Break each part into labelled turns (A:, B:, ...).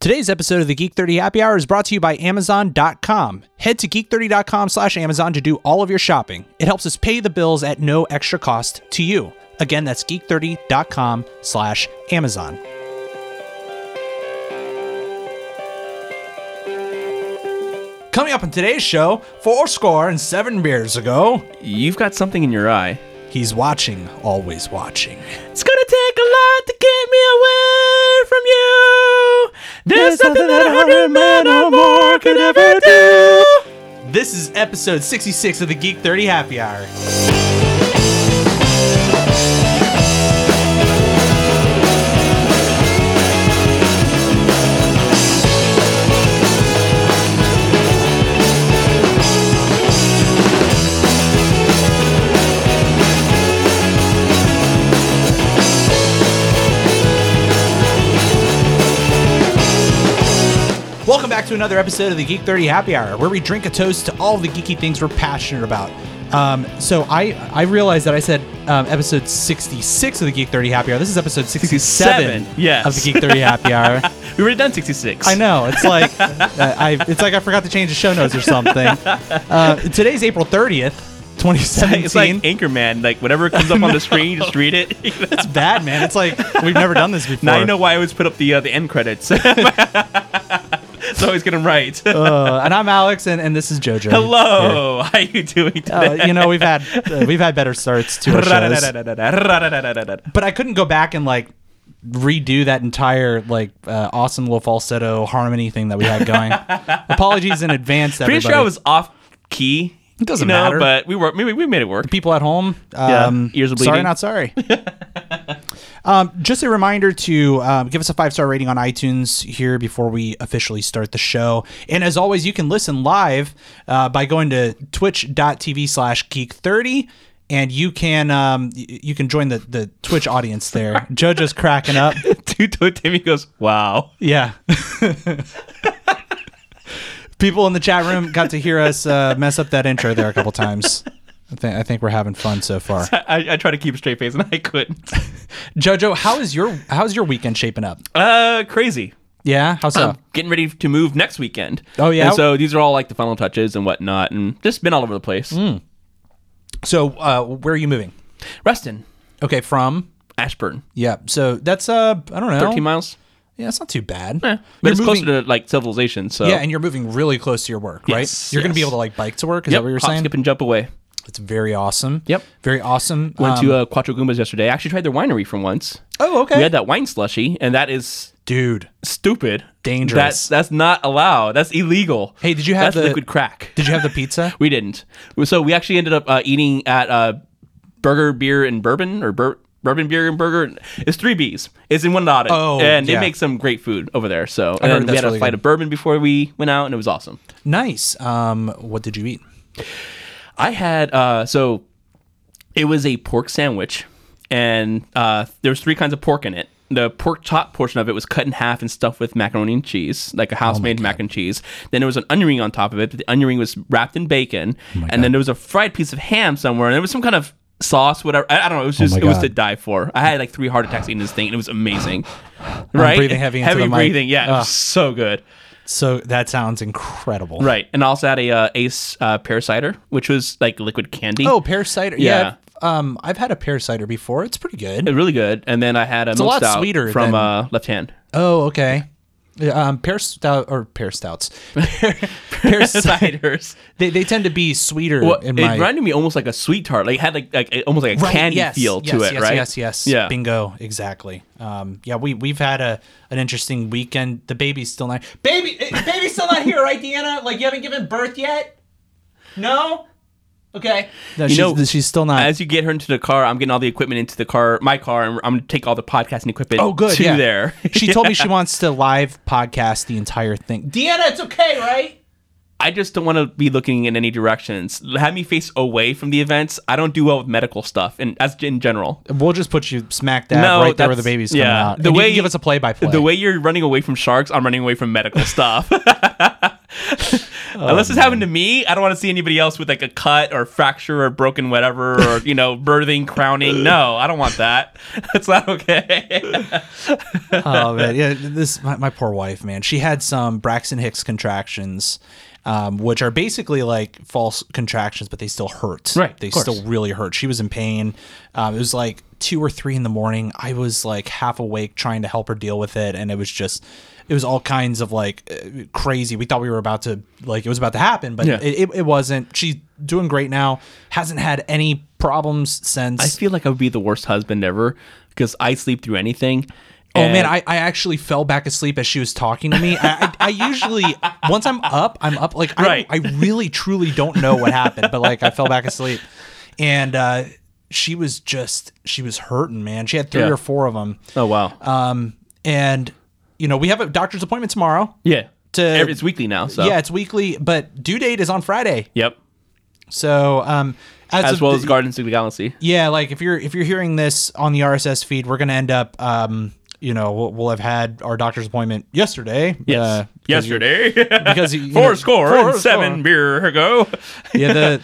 A: Today's episode of the Geek 30 Happy Hour is brought to you by Amazon.com. Head to geek30.com slash Amazon to do all of your shopping. It helps us pay the bills at no extra cost to you. Again, that's geek30.com slash Amazon. Coming up on today's show, four score and seven beers ago,
B: You've got something in your eye.
A: he's watching, always watching.
B: It's gonna take a lot to get me away from you. There's nothing that a hundred men or more could ever do.
A: This is episode 66 of the Geek 30 Happy Hour. Welcome back to another episode of the Geek 30 Happy Hour, where we drink a toast to all the geeky things we're passionate about. Um, so I I realized that I said um, episode 66 of the Geek 30 Happy Hour. This is episode 67,
B: 67, yes.
A: of the Geek 30 Happy Hour.
B: We were done 66.
A: I know. It's like uh, I it's like I forgot to change the show notes or something. Uh, today's April 30th, 2017.
B: It's like Anchorman. Like whatever comes up on the screen, you just read it.
A: it's bad, man. It's like we've never done this before.
B: now you know why I always put up the uh, the end credits. so I always get them right.
A: Uh, and I'm Alex, and, and this is JoJo.
B: Hello, how Oh, you doing
A: Uh,
B: today?
A: you know we've had uh, we've had better starts to our shows. but I couldn't go back and like redo that entire like uh, awesome little falsetto harmony thing that we had going. Apologies in advance, everybody.
B: Pretty sure I was off key. It
A: doesn't matter.
B: but we were maybe we made it work.
A: people at home.
B: Yeah,
A: Um,
B: ears are
A: Sorry,
B: bleeding.
A: not sorry. um, just a reminder to um, give us a five star rating on iTunes here before we officially start the show. And as always, you can listen live uh, by going to twitch.tv slash geek30. And you can um, y- you can join the, the Twitch audience there. JoJo's cracking up.
B: Tuto Timmy goes, "Wow,
A: Yeah. People in the chat room got to hear us uh, mess up that intro there a couple times. I think I think we're having fun so far.
B: I, I try to keep a straight face and I couldn't."
A: Jojo, how is your how's your weekend shaping up? Um,
B: Uh, crazy.
A: Yeah, how's
B: I'm
A: up?
B: getting ready to move next weekend.
A: Oh, yeah?
B: And so these are all like the final touches and whatnot, and just been all over the place.
A: Hmm. So, uh, where are you moving?
B: Reston,
A: Okay, from
B: Ashburn,
A: yeah. So that's uh, I don't know,
B: thirteen miles.
A: Yeah, it's not too bad.
B: Eh, but
A: You're
B: it's
A: moving-
B: closer to like civilization. So
A: yeah, and you're moving really close to your work,
B: Yes,
A: right? You're gonna be
B: yes.
A: able to like bike to work. Is
B: yep,
A: that what you're
B: hop,
A: saying?
B: skip and jump away.
A: It's very awesome.
B: Yep.
A: very awesome.
B: Went
A: Um,
B: to uh, Quattro Goombas yesterday. I actually tried their winery for once.
A: oh, okay,
B: We had that wine slushy, and that is
A: dude.
B: stupid,
A: Dangerous.
B: That's that's not allowed. That's illegal.
A: Hey, did you have
B: that's
A: the-
B: liquid crack?
A: Did you have the pizza?
B: We didn't. So we actually ended up uh, eating at uh, Burger, Beer, and Bourbon, or bur- Bourbon, Beer, and Burger. It's three B's. It's in one Oneonta.
A: Oh,
B: and
A: yeah.
B: they make some great food over there. So
A: heard
B: and we
A: that's
B: had
A: really
B: a flight
A: good.
B: of bourbon before we went out, and it was awesome.
A: nice. Um, what did you eat?
B: I had uh, so it was a pork sandwich, and uh, there was three kinds of pork in it. The pork chop portion of it was cut in half and stuffed with macaroni and cheese, like
A: Oh
B: a house-made mac and cheese. Then there was an onion ring on top of it. But the onion ring was wrapped in bacon,
A: Oh
B: and then there was a fried piece of ham somewhere, and there was some kind of sauce, whatever. I, I don't know. It was just
A: Oh my
B: it was
A: God.
B: to die for. I had like three heart attacks eating this thing, and it was amazing. Right,
A: breathing heavy into
B: heavy
A: the mic.
B: breathing. Yeah, it was so good.
A: So that sounds incredible.
B: Right, and I also had a uh, Ace uh, pear cider, which was like liquid candy.
A: Oh, pear cider. Yeah.
B: Yeah.
A: Um, I've had a pear cider before. It's pretty good.
B: It was really good. And then I had a, it's
A: a lot sweeter
B: from
A: than-
B: uh, Left Hand.
A: Oh, okay. Yeah, Um, pear stout or pear stouts. Pear, pear cider.
B: Ciders.
A: They, they tend to be sweeter
B: Well,
A: in
B: it
A: my
B: reminded me almost like a sweet tart. Like it had like, like it- almost like a
A: Right,
B: candy
A: yes,
B: feel to
A: yes,
B: it,
A: yes,
B: right?
A: Yes, yes,
B: Yeah.
A: Bingo, exactly. Um, yeah, we we've had a an interesting weekend. The baby's still not baby eh, baby's still not here, right, Deanna? Like you haven't given birth yet? No. Okay. No, she's,
B: know,
A: she's still not.
B: As you get her into the car, I'm getting all the equipment into the car, my car, and I'm gonna take all the podcasting equipment.
A: oh, good.
B: To
A: yeah.
B: there.
A: she told me she wants to live podcast the entire thing. Deanna, it's okay, right?
B: I just don't want to be looking in any directions. Have me face away from the events. I don't do well with medical stuff, and as in general.
A: We'll just put you smack dab
B: No,
A: right there where the
B: that's-
A: baby's coming
B: yeah.
A: out.
B: The
A: And you
B: way-
A: can give us a play by play.
B: The way you're running away from sharks, I'm running away from medical stuff. Unless it's happened to me, I don't want to see anybody else with like a cut or fracture or broken whatever or you know birthing, crowning. No, I don't want that. That's not okay.
A: oh man, yeah. This my, my poor wife, man. She had some Braxton Hicks contractions, um, which are basically like false contractions, but they still hurt.
B: Right,
A: they
B: of course.
A: still really hurt. She was in pain. Um, it was like two or three in the morning. I was like half awake trying to help her deal with it, and it was just. It was all kinds of like uh, crazy. We thought we were about to like it was about to happen, but
B: Yeah.
A: it, it, it wasn't. She's doing great now. Hasn't had any problems since.
B: I feel like I would be the worst husband ever because I sleep through anything.
A: Oh man,
B: and-
A: I, I actually fell back asleep as she was talking to me. I, I, I usually once I'm up, I'm up. Like I,
B: Right.
A: I really truly don't know what happened, but like I fell back asleep, and uh, she was just she was hurting, man. She had three
B: Yeah.
A: or four of them,
B: oh wow,
A: um, and you know we have a doctor's appointment tomorrow.
B: yeah.
A: to-
B: Every- it's weekly now, so
A: Yeah, it's weekly, but due date is on Friday.
B: Yep.
A: So um,
B: As
A: of
B: well
A: the-
B: as Guardians of the Galaxy.
A: yeah, like if you're if you're hearing this on the RSS feed, we're gonna end up, um, you know, we'll, we'll have had our doctor's appointment yesterday.
B: Yes.
A: uh, because you're-
B: Yesterday.
A: because you- you
B: four
A: know-
B: score
A: four
B: and seven
A: score.
B: beer ago.
A: yeah. The,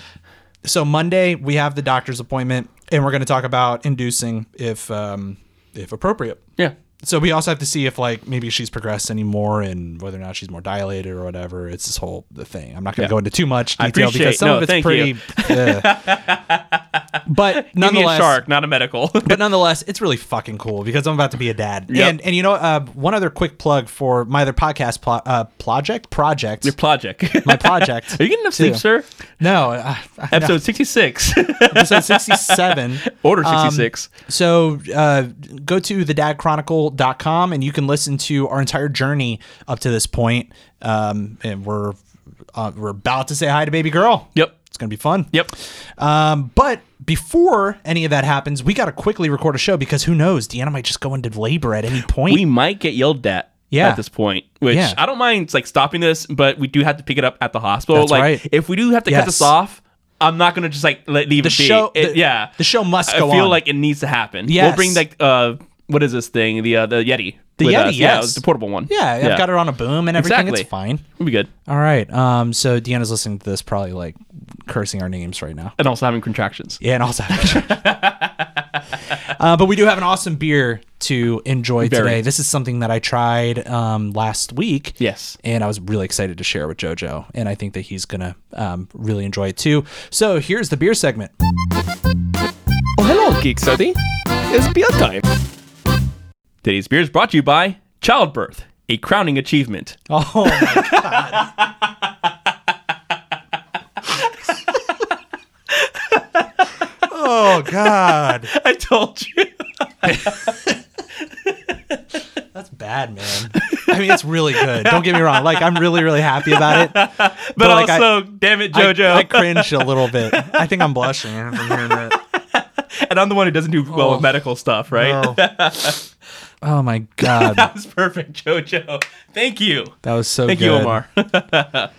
A: so Monday we have the doctor's appointment, and we're gonna talk about inducing if um, if appropriate.
B: Yeah.
A: So we also have to see if like maybe she's progressed anymore and whether or not she's more dilated or whatever. It's this whole the thing. I'm not going to go into too much
B: I
A: detail
B: appreciate-
A: because some
B: no,
A: of it's
B: thank
A: pretty.
B: you.
A: Ugh. but
B: Give me a
A: nonetheless,
B: shark, not a medical.
A: but nonetheless, it's really fucking cool because I'm about to be a dad.
B: Yep.
A: And and you know, uh, one other quick plug for my other podcast plo- uh, project, project,
B: Project.
A: my project.
B: Are you getting enough sleep,
A: Yeah.
B: sir?
A: no, uh,
B: Episode 66.
A: episode 67.
B: Order
A: Um,
B: 66.
A: so uh, go to thedadchronicle.com and you can listen to our entire journey up to this point. Um, and we're uh, we're about to say hi to baby girl.
B: Yep.
A: It's gonna be fun.
B: Yep.
A: Um, but before any of that happens, we got to quickly record a show because who knows? Deanna might just go into labor at any point.
B: We might get yelled at
A: Yeah.
B: at this point, which
A: Yeah.
B: I don't mind like stopping this, but we do have to pick it up at the hospital.
A: That's
B: like
A: right.
B: if we do have to cut
A: Yes.
B: this off, I'm not gonna just like let leave
A: the
B: it be.
A: show,
B: It-
A: the,
B: yeah.
A: the show must
B: I
A: go
B: feel
A: on.
B: like it needs to happen.
A: Yes.
B: We'll bring like uh what is this thing? The uh, the Yeti.
A: The
B: with
A: Yeti,
B: us. Yeah,
A: yes.
B: the portable one.
A: yeah, I've got her on a boom and everything.
B: Exactly.
A: It's fine.
B: We'll be good.
A: All right. Um, so Deanna's listening to this, probably like cursing our names right now.
B: And also having contractions.
A: Yeah, and also. uh, but we do have an awesome beer to enjoy
B: Very.
A: today. This is something that I tried um, last week.
B: Yes.
A: And I was really excited to share with JoJo, and I think that he's gonna um, really enjoy it too. So here's the beer segment.
C: Oh, hello, Geek Study. It's beer time.
B: Today's beer is brought to you by Childbirth, a crowning achievement.
A: Oh my god. oh god.
B: I told you.
A: That's bad, man. I mean, it's really good. Don't get me wrong. Like I'm really really happy about it. But,
B: But,
A: like, I-
B: also, damn it,
A: I-
B: JoJo.
A: I, cringe a little bit. I think I'm blushing from hearing that.
B: and I'm the one who doesn't do well with medical stuff, right?
A: Oh. Oh my god.
B: That was perfect, JoJo. Thank you.
A: That was so
B: Thank
A: good.
B: you, Omar.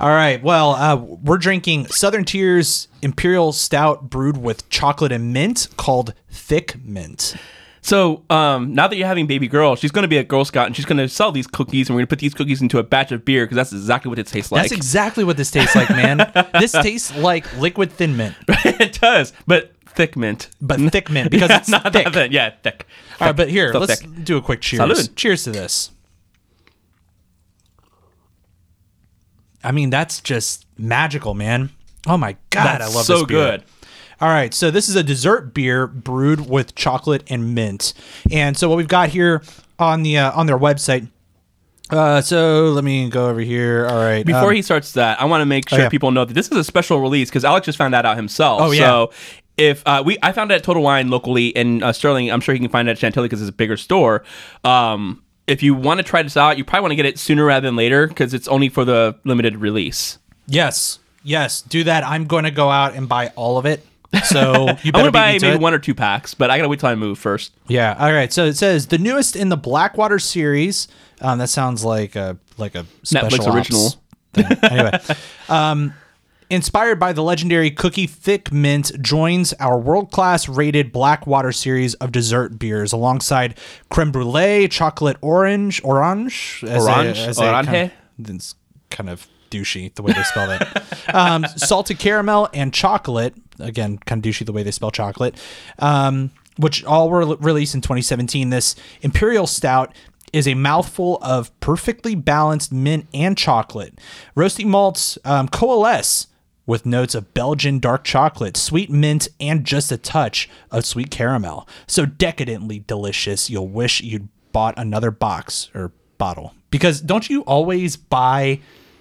A: All right. Well, uh, we're drinking Southern Tier's Imperial Stout brewed with chocolate and mint called Thick Mint.
B: so um, now that you're having baby girl, she's going to be a Girl Scout and she's going to sell these cookies and we're going to put these cookies into a batch of beer because that's exactly what it tastes like.
A: That's exactly what this tastes like, man. this tastes like liquid thin mint,
B: it does, but thick mint.
A: but thick mint because it's
B: Not
A: thick.
B: that thin. Yeah, thick.
A: All right, but here,
B: Still
A: let's
B: thick.
A: do a quick cheers.
B: Salud.
A: Cheers to this. I mean, that's just magical, man. Oh my god,
B: That's
A: I love
B: so
A: this beer.
B: good.
A: All right, so this is a dessert beer brewed with chocolate and mint, and so what we've got here on the uh, on their website. Uh, so let me go over here. All right,
B: Before
A: um, oh,
B: he starts that, I want to make sure
A: yeah.
B: people know that this is a special release because Alex just found that out himself.
A: Oh, yeah.
B: So if uh, we, I found it at Total Wine locally in uh, Sterling. I'm sure you can find it at Chantilly because it's a bigger store. Um, if you want to try this out, you probably want to get it sooner rather than later because it's only for the limited release.
A: yes, yes, do that. I'm going to go out and buy all of it. So you
B: I'm
A: better
B: gonna
A: beat
B: buy
A: me to
B: maybe
A: it.
B: one or two packs, but I gotta wait till I move first.
A: Yeah. All right. So it says the newest in the Blackwater series. Um, that sounds like a like a special
B: Netflix
A: ops
B: original.
A: Thing. Anyway, um, inspired by the legendary Cookie Thick Mint, joins our world class rated Blackwater series of dessert beers alongside creme brulee, chocolate orange, orange, as
B: Orange?
A: as kind of-
B: Orange?
A: it's kind of douchey the way they spell that. um, salted caramel and chocolate. Again, kind of douchey the way they spell chocolate. Um, which all were released in 2017. This imperial stout is a mouthful of perfectly balanced mint and chocolate. Roasting malts um, coalesce with notes of Belgian dark chocolate, sweet mint, and just a touch of sweet caramel. So decadently delicious, you'll wish you'd bought another box or bottle. Because don't you always buy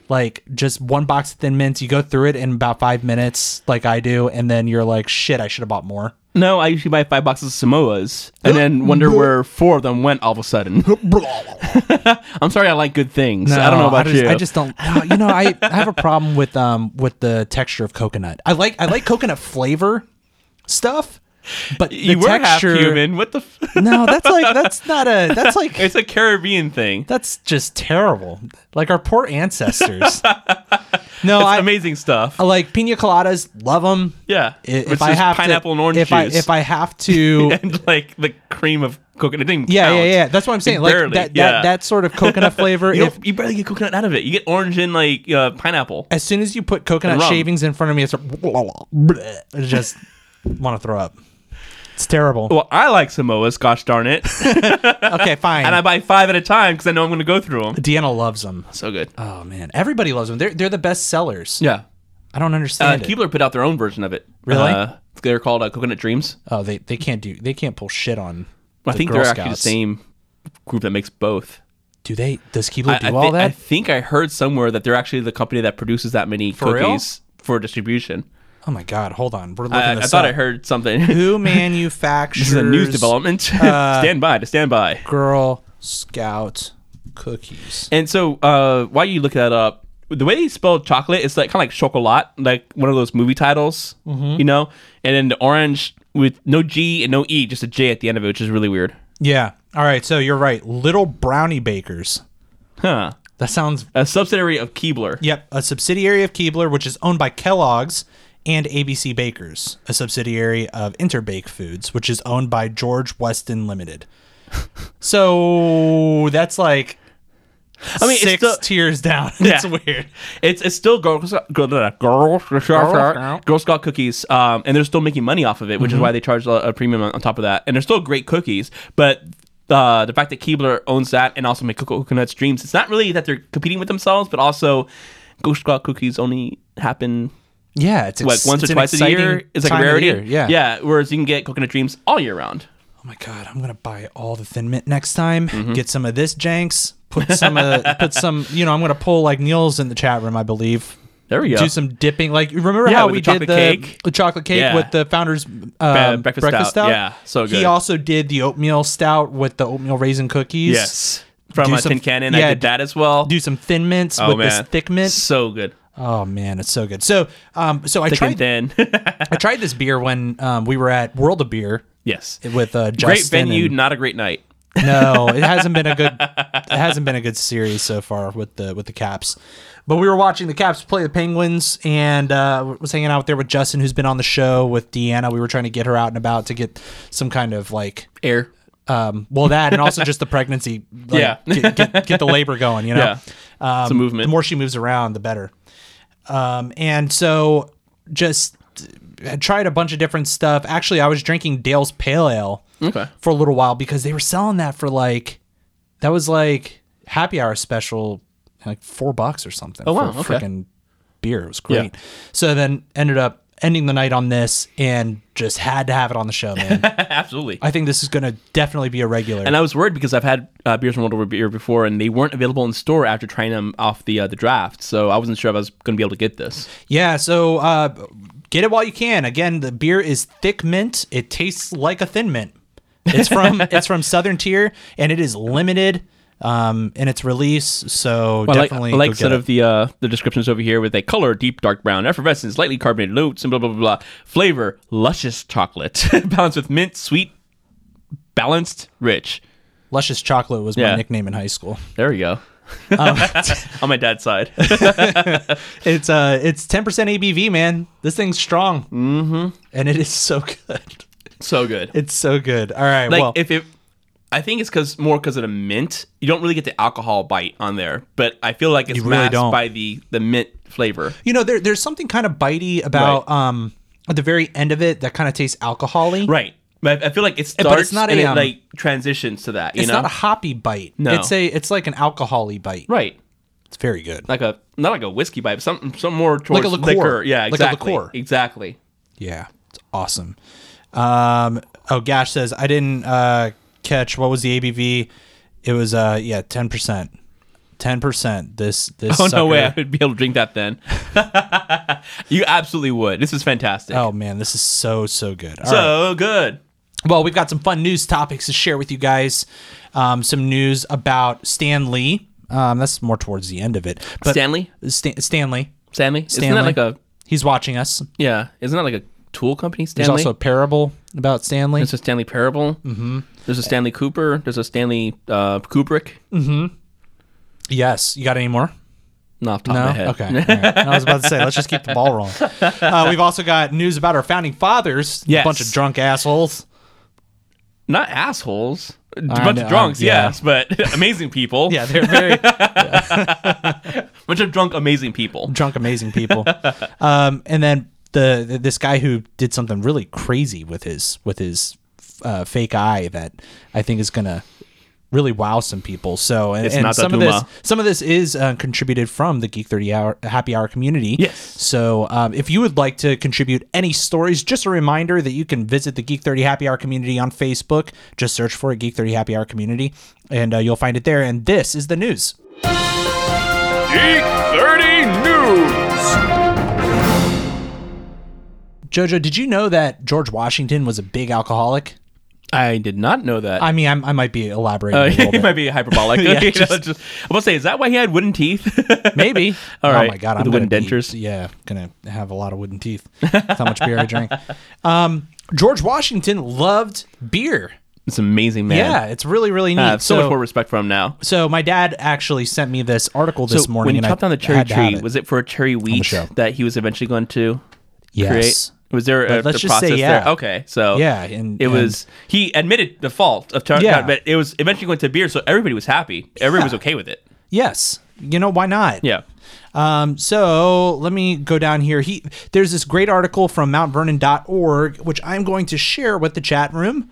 A: like just one box of thin mints? You go through it in about five minutes, like I do, and then you're like, shit, I should have bought more.
B: No, I usually buy five boxes of Samoas and then wonder where four of them went all of a sudden. I'm sorry, I like good things. I don't know about
A: I just,
B: you.
A: I just don't. no, You know, I, I have a problem with um with the texture of coconut. I like I like coconut flavor stuff, but the
B: you were
A: texture.
B: half human. What the? F-
A: No, that's like that's not a that's like
B: it's a Caribbean thing. That's
A: that's just terrible. Like our poor ancestors. No, I
B: amazing stuff.
A: I like pina coladas. Love them.
B: yeah,
A: If,
B: It's
A: I
B: just
A: have
B: pineapple
A: to,
B: and orange
A: if I
B: juice,
A: if I have to.
B: and like the cream of coconut. It didn't
A: Yeah,
B: count.
A: yeah, yeah. That's what I'm saying. Like
B: Barely,
A: that, that,
B: yeah.
A: that sort of coconut flavor.
B: You,
A: if
B: don't- you barely get coconut out of it. You get orange and like uh, pineapple.
A: as soon as you put
B: And
A: coconut
B: rum.
A: shavings in front of me, it's like, I just want to throw up. It's terrible.
B: Well, I like Samoas. Gosh darn it!
A: Okay, fine.
B: and I buy five at a time because I know I'm going to go through them.
A: Deanna loves them.
B: So good.
A: Oh man, everybody loves them. They're they're the best sellers.
B: Yeah.
A: I don't
B: Uh,
A: understand. it.
B: Keebler put out their own version of it.
A: Really?
B: Uh, they're called uh, Coconut Dreams.
A: oh, they they can't do they can't pull shit on.
B: I
A: the
B: think
A: Girl
B: they're actually the
A: Scouts.
B: same group that makes both.
A: Do they? Does Keebler
B: I,
A: do
B: I
A: all
B: thi-
A: that?
B: I think I heard somewhere that they're actually the company that produces that many
A: real?
B: cookies for distribution.
A: oh my god, hold on. We're looking
B: I, I
A: this
B: thought
A: up.
B: I heard something. this
A: Who manufactures
B: is a news development. stand by to stand by.
A: Girl Scout cookies?
B: And so, uh, while you look that up, the way they spell chocolate is like kind of like chocolat, like one of those movie titles, you know. And then the orange with no G and no E, just a J at the end of it, which is really weird.
A: Yeah. All right. So you're right. Little brownie bakers.
B: Huh?
A: That sounds
B: A subsidiary of Keebler.
A: Yep, a subsidiary of Keebler, which is owned by Kellogg's and ABC Bakers, a subsidiary of Interbake Foods, which is owned by George Weston Limited. So that's like
B: I mean, it's
A: six
B: still-
A: tiers down. It's weird.
B: It's it's still Girl Scout, Girl, Girl, Girl, Scout.
A: Scout. Mm-hmm.
B: Girl Scout cookies, um, and they're still making money off of it, which is why they charge a, a premium on, on top of that. And they're still great cookies, but uh, the fact that Keebler owns that and also make coconut streams, it's not really that they're competing with themselves, but also Girl Scout cookies only happen
A: Yeah, it's ex-
B: like once
A: it's
B: or
A: an
B: twice a year.
A: exciting
B: It's like
A: time
B: a
A: of the
B: rarity.
A: year, Yeah.
B: yeah. Whereas you can get coconut dreams all year round.
A: Oh my god, I'm gonna buy all the thin mint next time.
B: Mm-hmm.
A: Get some of this janks. Put some of put some. You know, I'm gonna pull like Neil's in the chat room. I believe.
B: There we go.
A: do some dipping. Like remember
B: Yeah,
A: how
B: with
A: we
B: the chocolate
A: did the,
B: cake.
A: the chocolate cake
B: Yeah.
A: with the founder's um,
B: breakfast
A: breakfast,
B: stout.
A: stout.
B: Yeah, so good.
A: He also did the oatmeal stout with the oatmeal raisin cookies.
B: yes. From
A: Do
B: a
A: some-
B: tin cannon, I
A: yeah,
B: did that as well.
A: Do some thin mints
B: oh
A: with
B: man,
A: this thick mint.
B: so good,
A: Oh man, it's so good. So um, so I
B: thick
A: tried
B: and thin.
A: I tried this beer when um, we were at World of Beer
B: yes,
A: with uh, Justin.
B: great venue,
A: and-
B: not a great night.
A: no, it hasn't been a good. It hasn't been a good series so far with the with the Caps. But we were watching the Caps play the Penguins, and uh, was hanging out there with Justin, who's been on the show with Deanna. We were trying to get her out and about to get some kind of like,
B: Air.
A: um, well, that and also just the pregnancy, like,
B: Yeah.
A: get, get, get the labor going, you know.
B: Yeah.
A: Um,
B: a movement.
A: The more she moves around, the better. Um, and so just I tried a bunch of different stuff. Actually, I was drinking Dale's Pale Ale
B: Okay.
A: for a little while because they were selling that for like that was like happy hour special like four bucks or something. Oh
B: wow,
A: For
B: okay.
A: Freaking beer. It was great. So then ended up ending the night on this and just had to have it on the show, man.
B: Absolutely.
A: I think this is gonna definitely be a regular.
B: and I was worried because I've had uh, beers from World Over Beer before, and they weren't available in store after trying them off the uh, the draft. So I wasn't sure if I was going to be able to get this.
A: Yeah, so uh, get it while you can. Again, the beer is thick mint. It tastes like a thin mint. It's from it's from Southern Tier, and it is limited um, in its release. So
B: I like,
A: definitely,
B: I like
A: go get
B: sort
A: it.
B: of the uh, the descriptions over here with a color deep dark brown, effervescence, lightly carbonated notes, and blah blah blah. blah. Flavor luscious chocolate, balanced with mint, sweet, balanced, rich.
A: Luscious Chocolate was
B: Yeah.
A: my nickname in high school.
B: There we go. Um, On my dad's side.
A: It's uh, it's ten percent ABV, man. This thing's strong, mm-hmm. and it is so good.
B: so good.
A: It's so good. All right,
B: like
A: well,
B: if it I think it's because more because of the mint. You don't really get the alcohol bite on there, but I feel like it's
A: You really
B: masked
A: don't.
B: by the the mint flavor.
A: You know, there, there's something kind of bitey about um, at the very end of it that kind of tastes alcoholy.
B: Right. But I I feel like it starts
A: but it's not
B: and
A: a,
B: it
A: um,
B: like transitions to that. You
A: It's
B: know,
A: not a hoppy bite.
B: No.
A: It's a it's like an alcoholy bite.
B: right?
A: It's very good.
B: Like a not like a whiskey bite, but something some more towards
A: a liqueur.
B: liquor. Yeah,
A: Like a
B: exactly.
A: liqueur.
B: Exactly.
A: Yeah. It's awesome. Um oh Gash says I didn't uh catch what was the ABV? It was uh yeah, 10%. 10% this this
B: Oh
A: sucker.
B: no way! I would be able to drink that then. you absolutely would. This is fantastic.
A: Oh man, this is so so good. All right.
B: so good.
A: Well, we've got some fun news topics to share with you guys. Um, some news about Stan Lee. Um, that's more towards the end of it. But
B: Stanley.
A: Stan- Stanley.
B: Stanley. Isn't
A: Stanley.
B: that like a
A: He's watching us.
B: yeah? Isn't that like a tool company?
A: There's
B: Stanley.
A: also a parable about Stanley.
B: There's a Stanley Parable. Mm-hmm. There's a Stanley Cooper. There's a Stanley uh, Kubrick.
A: Yes. You got any more?
B: Not off the top of my head.
A: Oh, Okay. All right. I was about to say, let's just keep the ball rolling. Uh, we've also got news about our founding fathers. A
B: Yes.
A: bunch of drunk assholes.
B: Not assholes. A
A: I
B: bunch
A: know,
B: of drunks,
A: yeah.
B: yes, but amazing people.
A: Yeah, they're very
B: bunch of drunk, amazing people.
A: drunk, amazing people. Um, and then the, the this guy who did something really crazy with his with his uh, fake eye that I think is gonna really wow some people. So and,
B: It's
A: and
B: not that
A: some of this
B: Uma.
A: some of this is uh, contributed from the Geek Thirty Hour Happy Hour community.
B: Yes.
A: So um, if you would like to contribute any stories, just a reminder that you can visit the Geek Thirty Happy Hour community on Facebook. Just search for it, Geek Thirty Happy Hour community, and uh, you'll find it there. And this is the news.
C: Geek 30 News.
A: Jojo, did you know that George Washington was a big alcoholic?
B: I did not know that.
A: I mean, I'm, I might be elaborating. a
B: uh,
A: little
B: he
A: bit.
B: might be hyperbolic.
A: Yeah,
B: You know,
A: just-
B: just- I'm gonna say, is that why he had wooden teeth?
A: Maybe.
B: All
A: Oh
B: right.
A: my god,
B: With
A: I'm
B: the wooden
A: gonna be-
B: dentures.
A: yeah, gonna have a lot of wooden teeth. That's how much beer I drink. Um, George Washington loved beer.
B: It's an amazing man.
A: Yeah, it's really really neat.
B: I have Ah, so, much more respect for him now.
A: so my dad actually sent me this article this
B: so
A: morning.
B: when he
A: and I
B: chopped down the cherry
A: had to have
B: tree,
A: it.
B: was it for a cherry wheat
A: show.
B: that he was eventually going to
A: yes.
B: create? Was there a,
A: Let- let's
B: a
A: just say
B: process
A: yeah.
B: there? Okay, so
A: Yeah, and-
B: it
A: and-
B: was he admitted the fault of Charlie,
A: Yeah.
B: but it was eventually going to beer, so everybody was happy. Everybody was
A: Yeah.
B: okay with it.
A: Yes. You know why not?
B: Yeah,
A: Um, so let me go down here. He there's this great article from mountvernon.org, which I'm going to share with the chat room.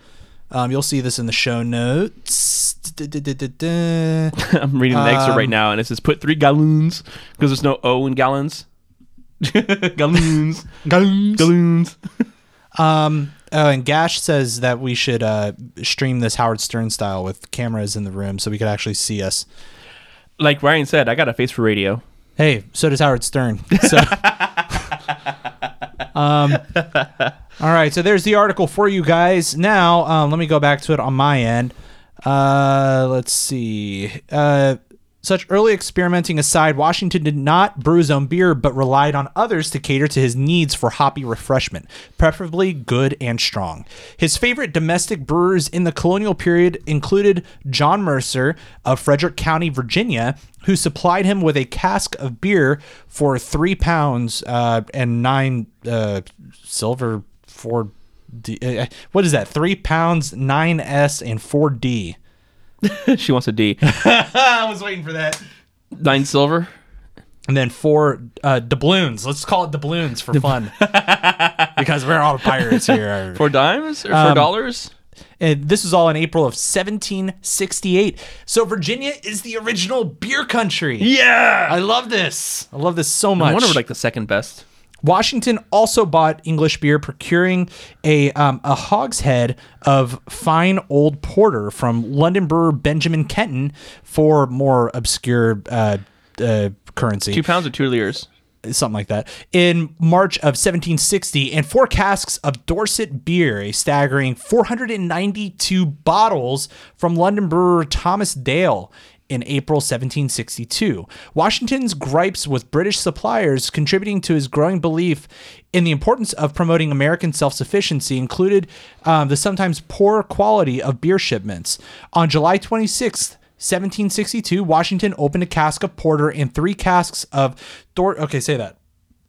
A: Um, you'll see this in the show notes. Da-da-da-da-da.
B: I'm reading the excerpt
A: Um,
B: right now, and it says put three gallons because there's no O in gallons. gallons, gallons.
A: Oh, and Gash says that we should uh, stream this Howard Stern style with cameras in the room so we could actually see us.
B: Like Ryan said, I got a face for radio.
A: Hey, so does Howard Stern. So, um, all right, so there's the article for you guys. Now, um, let me go back to it on my end. Uh, let's see. Uh, such early experimenting aside, Washington did not brew his own beer, but relied on others to cater to his needs for hoppy refreshment, preferably good and strong. His favorite domestic brewers in the colonial period included John Mercer of Frederick County, Virginia, who supplied him with a cask of beer for three pounds uh, and nine uh, silver four. D, uh, what is that? Three pounds, nine S, and four D.
B: she wants a D.
A: I was waiting for that.
B: Nine silver.
A: and then four uh, doubloons. Let's call it doubloons for fun, because we're all pirates here.
B: Four dimes or four
A: Um,
B: dollars?
A: And this was all in April of 1768. So Virginia is the original beer country.
B: Yeah.
A: I love this. I love this so much.
B: I wonder if we're, like the second best.
A: Washington also bought English beer, procuring a um, a hogshead of fine old porter from London brewer Benjamin Kenton for more obscure uh, uh, currency.
B: Two pounds or two liters.
A: something like that, in March of 1760, and four casks of Dorset beer, a staggering 492 bottles from London brewer Thomas Dale. In April 1762, Washington's gripes with British suppliers contributing to his growing belief in the importance of promoting American self sufficiency included um, the sometimes poor quality of beer shipments. On July 26th, 1762, Washington opened a cask of porter and three casks of Dor. Okay, say that.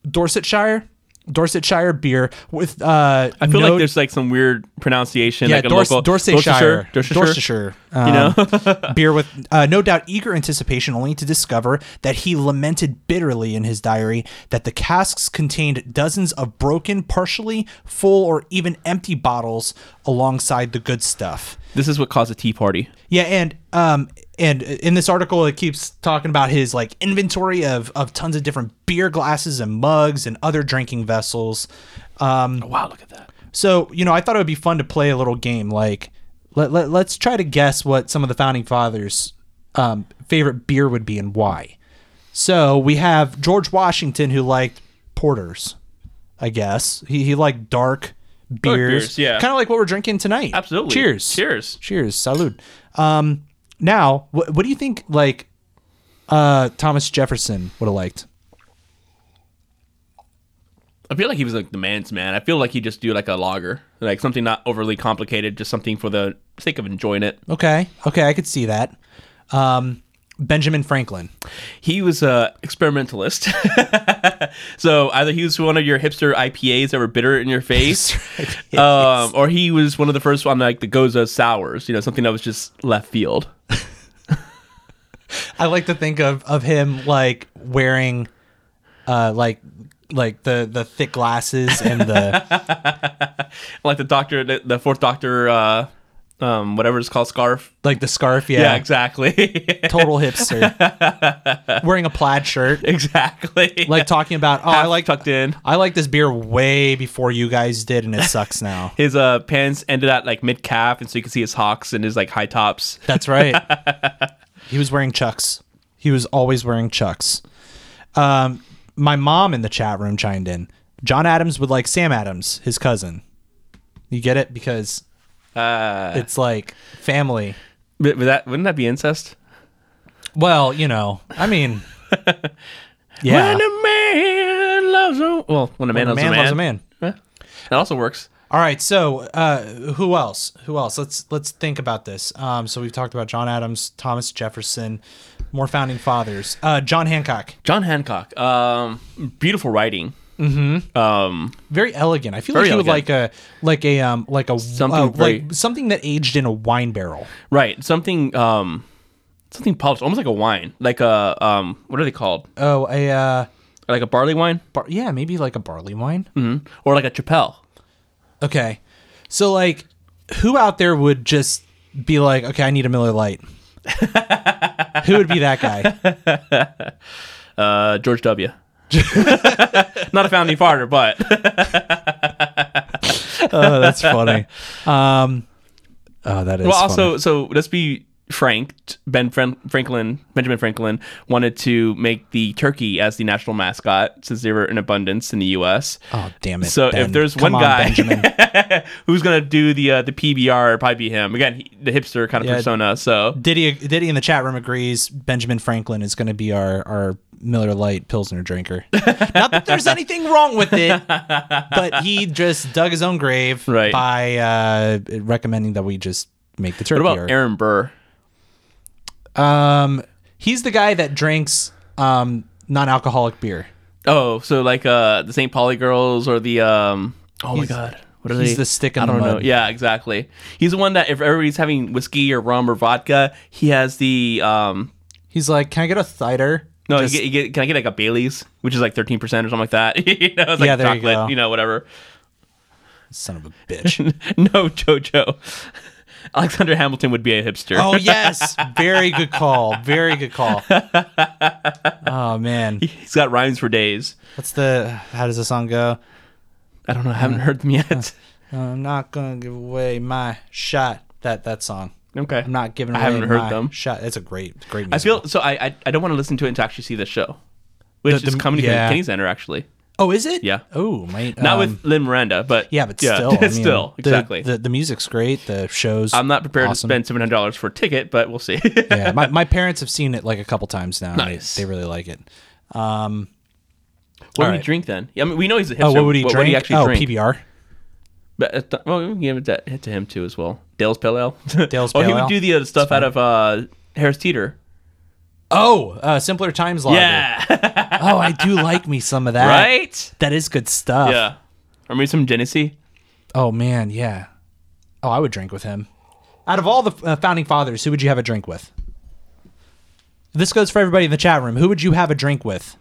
A: Dorsetshire Dorsetshire beer with uh
B: I feel like there's like some weird pronunciation.
A: yeah,
B: like a
A: Dors-
B: local,
A: Dorsetshire,
B: Dorsetshire.
A: um,
B: You know?
A: beer with uh, no doubt eager anticipation, only to discover that he lamented bitterly in his diary that the casks contained dozens of broken, partially full, or even empty bottles alongside the good stuff.
B: This is what caused a tea party.
A: Yeah, and um, and in this article, it keeps talking about his like inventory of of tons of different beer glasses and mugs and other drinking vessels. Um,
B: Mm. Wow, look at that.
A: so, you know, I thought it would be fun to play a little game. Like, let, let, let's try to guess what some of the founding fathers' um, favorite beer would be and why. So we have George Washington, who liked porters, I guess. He, he liked dark beers.
B: beers, yeah.
A: Kind of like what we're drinking tonight.
B: Absolutely.
A: Cheers.
B: Cheers.
A: Cheers. Salud. Um, now, wh- what do you think, like, uh, Thomas Jefferson would have liked?
B: I feel like he was like the man's man. I feel like he just do like a lager, like something not overly complicated, just something for the sake of enjoying it.
A: Okay. Okay. I could see that. Um, Benjamin Franklin.
B: He was a experimentalist, so either he was one of your hipster IPAs that were bitter in your face, um, or he was one of the first one like the Goza sours, you know, something that was just left field.
A: I like to think of of him like wearing, uh, like like the the thick glasses and the
B: like the doctor, the, the fourth doctor, uh, um, whatever it's called, scarf.
A: like the scarf. Yeah,
B: Yeah, exactly,
A: total hipster. wearing a plaid shirt,
B: exactly.
A: like talking about. Oh, I
B: Half
A: like
B: tucked in.
A: I like this beer way before you guys did, and it sucks now.
B: His uh, pants ended at like mid calf, and so you can see his hocks and his like high tops.
A: That's right. he was wearing chucks. He was always wearing chucks. Um, my mom in the chat room chimed in. John Adams would like Sam Adams, his cousin. You get it because
B: Uh,
A: it's like family.
B: but, but that wouldn't that be incest?
A: Well, you know, I mean, yeah,
B: When a man loves a well, when a man,
A: a
B: loves,
A: man
B: a man,
A: loves a man.
B: That also works.
A: All right, so uh, who else? Who else? Let's let's think about this. Um, so we've talked about John Adams, Thomas Jefferson, more founding fathers. Uh, John Hancock,
B: John Hancock, um, beautiful writing. Mm-hmm. Um,
A: very elegant. I feel
B: Very
A: like he would like
B: elegant.
A: a like a um like a
B: Something
A: uh,
B: very-
A: like something that aged in a wine barrel.
B: right, something, um, something polished, almost like a wine, like a um, what are they called?
A: Oh, a uh,
B: Like a barley wine,
A: bar- yeah, maybe like a barley wine.
B: mm-hmm. or like a chapelle.
A: Hmm. Okay, so like, who out there would just be like, okay, I need a Miller Light? who would be that guy?
B: Uh, George W. Not a founding father, but
A: oh, that's funny. Um, oh, that is.
B: well,
A: funny.
B: also, so let's be frank. Ben Fran- Franklin, Benjamin Franklin, wanted to make the turkey as the national mascot since they were in abundance in the U.S.
A: Oh, damn it.
B: So if
A: Ben.
B: there's
A: Come
B: one
A: on, Benjamin.
B: guy who's gonna do the uh, the PBR, it'd probably be him. Again, he, the hipster kind of
A: Yeah.
B: persona. So
A: Diddy, Diddy in the chat room agrees. Benjamin Franklin is going to be our our Miller Light Pilsner drinker. Not that there's anything wrong with it, but he just dug his own grave
B: Right.
A: by uh, recommending that we just make the turkey.
B: what
A: or-
B: about Aaron Burr?
A: um, he's the guy that drinks um non-alcoholic beer.
B: Oh, so like uh, the St. Pauli girls or the um. Oh my God. What are
A: he's
B: they?
A: the stick in
B: I
A: the
B: don't know.
A: mud.
B: Yeah, exactly. He's the one that if everybody's having whiskey or rum or vodka, he has the um.
A: He's like, can I get a cider?
B: No,
A: Just-
B: you, get, you get, can I get like a Bailey's, which is like thirteen percent or something like that? you know, it's like
A: Yeah, there you
B: chocolate,
A: go.
B: know, whatever.
A: son of a bitch.
B: no, JoJo. Alexander Hamilton would be a hipster.
A: Oh yes, very good call. Very good call. Oh man,
B: He's got rhymes for days.
A: what's the? How does the song go?
B: I don't know. I
A: Uh,
B: haven't heard them yet.
A: I'm not gonna give away my shot. That that song.
B: okay.
A: I'm not giving.
B: I
A: Away
B: haven't heard
A: my
B: them.
A: Shot. That's a great, great.
B: I
A: Music.
B: feel so. I, I I don't want to listen to it until I actually see the show, which
A: The-
B: is
A: the-
B: coming
A: yeah.
B: to Kenny Center actually.
A: Oh, is it?
B: Yeah.
A: Oh, my.
B: Not
A: um,
B: with Lin Miranda, but
A: Yeah, but still, I mean,
B: still
A: the-
B: exactly.
A: The, the music's great. The shows.
B: I'm not prepared
A: awesome.
B: to spend seven hundred dollars for a ticket, but we'll see.
A: yeah, my, my parents have seen it like a couple times now. and they-
B: Nice.
A: They, really like it.
B: what would he
A: right.
B: drink then? Yeah, I mean, we know he's a hipster.
A: Oh, what would he drink?
B: What would he actually
A: oh,
B: drink?
A: PBR.
B: But, uh, th- well, we can give it that hit to him too as well. Dale's Pale Ale.
A: Dale's
B: oh, he
A: Pale Ale.
B: would do the uh, stuff out of uh, Harris Teeter.
A: Oh, uh, simpler times lager.
B: Yeah.
A: Oh, I do like me some of that.
B: right?
A: That is good stuff.
B: Yeah. Or maybe some Genesee.
A: Oh man, yeah. Oh, I would drink with him. Out of all the uh, founding fathers, who would you have a drink with? This goes for everybody in the chat room. Who would you have a drink with?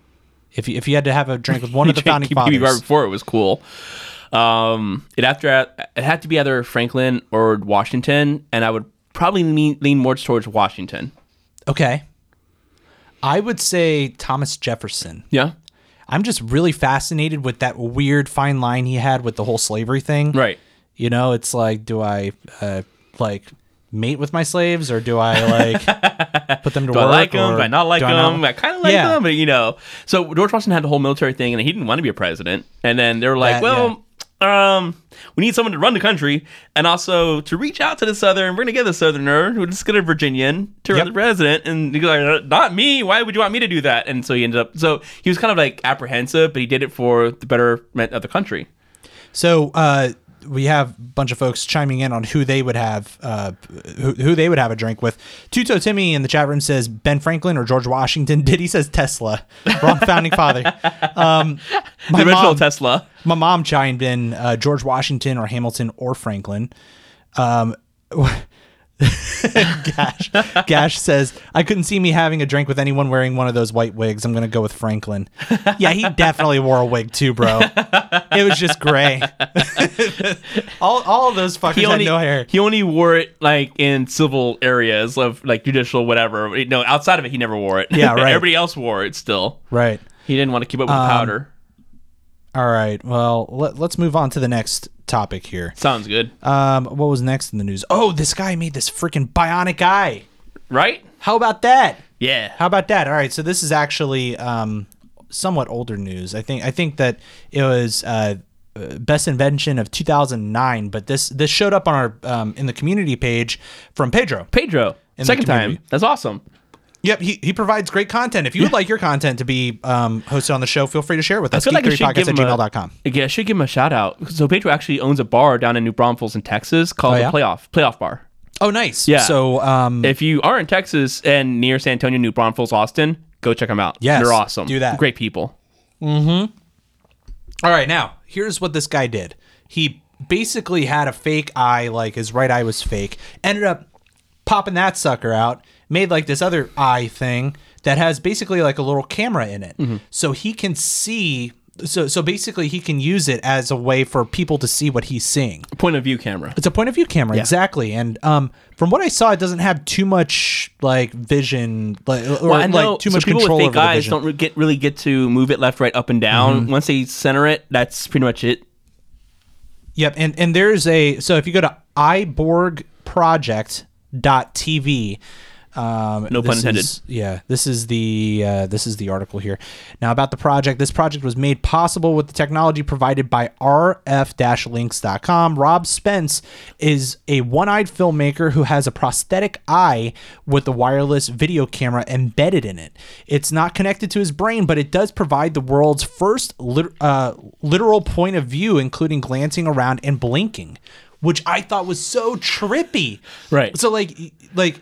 A: If you, if you had to have a drink with one of the founding
B: Maybe right
A: fathers,
B: before it was cool. Um, it after it had to be either Franklin or Washington, and I would probably lean, lean more towards Washington.
A: okay. I would say Thomas Jefferson.
B: Yeah.
A: I'm just really fascinated with that weird fine line he had with the whole slavery thing.
B: Right.
A: You know, it's like, do I uh, like mate with my slaves or do I like put them to
B: Do
A: work?
B: I like him?
A: or
B: Do I not like
A: do
B: him?
A: I not-
B: I, kind of like
A: Yeah.
B: him, but you know. So George Washington had the whole military thing, and he didn't want to be a president. And then they were like,
A: That,
B: "Well, um, we need someone to run the country, and also to reach out to the Southern. We're gonna get the Southerner who just got a Virginian to
A: Yep.
B: run the president." And he goes, like, "Uh, "Not me. Why would you want me to do that?" And so he ended up. So he was kind of like apprehensive, but he did it for the betterment of the country.
A: So uh, we have a bunch of folks chiming in on who they would have, uh, who, who they would have a drink with. Tuto Timmy in the chat room says Ben Franklin or George Washington. Diddy says Tesla. Wrong founding father. Um, my
B: the original
A: mom,
B: Tesla.
A: my mom chimed in uh, George Washington or Hamilton or Franklin. Um, Gash, Gash says, I couldn't see me having a drink with anyone wearing one of those white wigs. I'm going to go with Franklin. Yeah, he definitely wore a wig too, bro. It was just gray. all, all of those fuckers
B: He only,
A: had no hair.
B: he only wore it like in civil areas of like judicial whatever. No, outside of it, he never wore it.
A: Yeah, right. Um,
B: Everybody else wore it still.
A: Right.
B: He didn't want to keep up with powder.
A: All right. Well, let, let's move on to the next topic here.
B: Sounds good,
A: Um, what was next in the news? Oh, this guy made this freaking bionic eye.
B: right?
A: How about that?
B: Yeah.
A: How about that? All right, so this is actually um, somewhat older news. I think I think that it was uh, uh, best invention of 2009, but this this showed up on our um, in the community page from Pedro.
B: Pedro,
A: the
B: second time.
A: community.
B: That's awesome.
A: Yep, he, he provides great content. If you would like your content to be um, hosted on the show, feel free to share it with us. Geek3podcast at gmail.com.
B: a, yeah, I should give him a shout out. So Pedro actually owns a bar down in New Braunfels in Texas called
A: Oh, yeah?
B: the Playoff Playoff Bar.
A: Oh, nice.
B: Yeah.
A: So um,
B: If you are in Texas and near San Antonio, New Braunfels, Austin, go check them out.
A: Yes,
B: they're awesome.
A: do that.
B: Great people.
A: All right, now here's what this guy did. He basically had a fake eye, like his right eye was fake. Ended up popping that sucker out, made like this other eye thing that has basically like a little camera in it,
B: Mm-hmm.
A: so he can see. So so basically, he can use it as a way for people to see what he's seeing.
B: Point of view camera.
A: It's a point of view camera, exactly. And um, from what I saw, it doesn't have too much like vision, like or
B: Well, I know
A: like too
B: so
A: much
B: people
A: control
B: with
A: over the
B: fake eyes
A: vision.
B: don't re- get really get to move it left, right, up, and down. Once they center it, that's pretty much it.
A: Yep, and and there's a so if you go to iborgproject.tv um,
B: No pun
A: this
B: intended.
A: is- yeah, this is the uh, this is the article here. Now about the project. This project was made possible with the technology provided by rf-links.com. Rob Spence is a one-eyed filmmaker who has a prosthetic eye with a wireless video camera embedded in it. It's not connected to his brain, but it does provide the world's first lit- uh, literal point of view, including glancing around and blinking, which I thought was so trippy.
B: Right.
A: So like y- like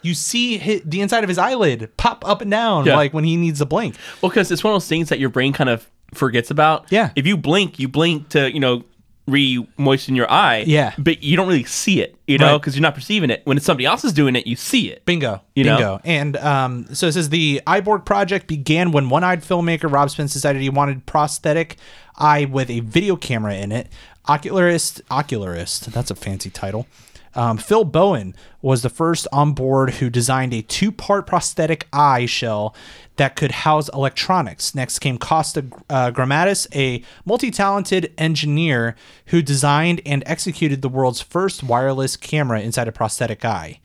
A: you see hi the inside of his eyelid pop up and down
B: Yeah.
A: like when he needs to blink.
B: Well, because it's one of those things that your brain kind of forgets about.
A: Yeah.
B: If you blink, you blink to you know re-moisten your eye.
A: Yeah.
B: But you don't really see it, you know,
A: Right.
B: because you're not perceiving it. When it's somebody else is doing it, you see it.
A: Bingo.
B: You know?
A: Bingo. And um, so it says the Iborg project began when one eyed filmmaker Rob Spence decided he wanted prosthetic eye with a video camera in it. Ocularist, ocularist, that's a fancy title. Um, Phil Bowen was the first on board who designed a two part prosthetic eye shell that could house electronics. Next came Costa uh, Grammatis, a multi talented engineer who designed and executed the world's first wireless camera inside a prosthetic eye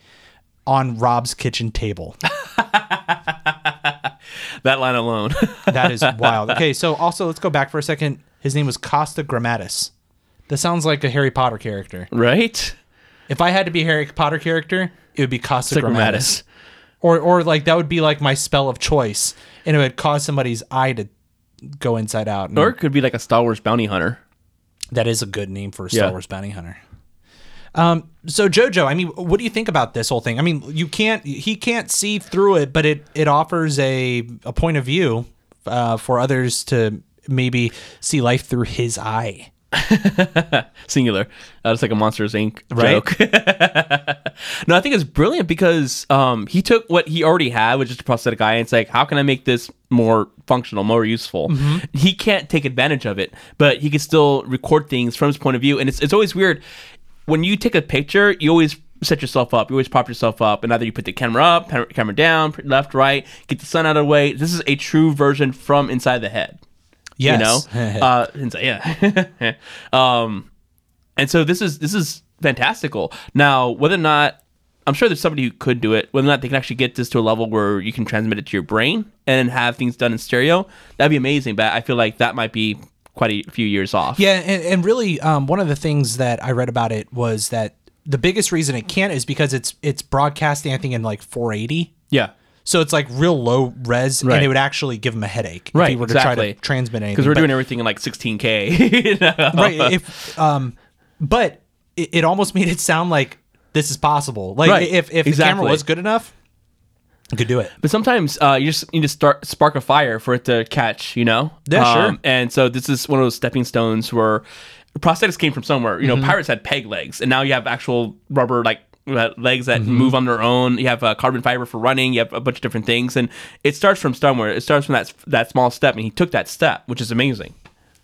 A: on Rob's kitchen table.
B: That line alone.
A: That is wild. Okay, so also let's go back for a second. His name was Costa Grammatis. That sounds like a Harry Potter character.
B: right.
A: If I had to be a Harry Potter character, it would be Costa Grammatis.
B: Grammatis.
A: Or or like that would be like my spell of choice and it would cause somebody's eye to go inside out. And
B: Or it could be like a Star Wars bounty hunter.
A: that is a good name for a Star
B: Yeah.
A: Wars bounty hunter. Um, so Jojo, I mean, what do you think about this whole thing? I mean, you can't he can't see through it, but it it offers a a point of view uh, for others to maybe see life through his eye.
B: Singular. Uh, it's like a Monsters Inc.
A: Right.
B: joke. no, I think it's brilliant because um, he took what he already had, which is a prosthetic eye, and it's like, how can I make this more functional, more useful? He can't take advantage of it, but he can still record things from his point of view. And it's, it's always weird. When you take a picture, you always set yourself up. You always prop yourself up. And either you put the camera up, pa- camera down, left, right, get the sun out of the way. This is a true version from inside the head.
A: Yes.
B: You know? uh, and so- yeah. um, and so this is this is fantastical. Now, whether or not I'm sure there's somebody who could do it, whether or not they can actually get this to a level where you can transmit it to your brain and have things done in stereo, that'd be amazing. But I feel like that might be quite a few years off.
A: Yeah, and, and really, um, one of the things that I read about it was that the biggest reason it can't is because it's it's broadcasting, I think, in like 480.
B: Yeah.
A: So it's like real low res,
B: Right.
A: and it would actually give him a headache if he
B: Right,
A: were to try
B: exactly.
A: to transmit anything.
B: Because we're
A: But-
B: doing everything in like 16K. you know?
A: right. If um, but it, it almost made it sound like this is possible. Like
B: Right,
A: if if the
B: exactly.
A: camera was good enough, you could do it.
B: But sometimes uh, you just need to start spark a fire for it to catch, you know? Um,
A: Yeah, sure.
B: And so this is one of those stepping stones where prosthetics came from somewhere. You know,
A: Mm-hmm.
B: pirates had peg legs, and now you have actual rubber like uh, legs that
A: Mm-hmm.
B: move on their own. You have uh, carbon fiber for running. You have a bunch of different things, and it starts from somewhere. It starts from that s- that small step, and he took that step, which is amazing.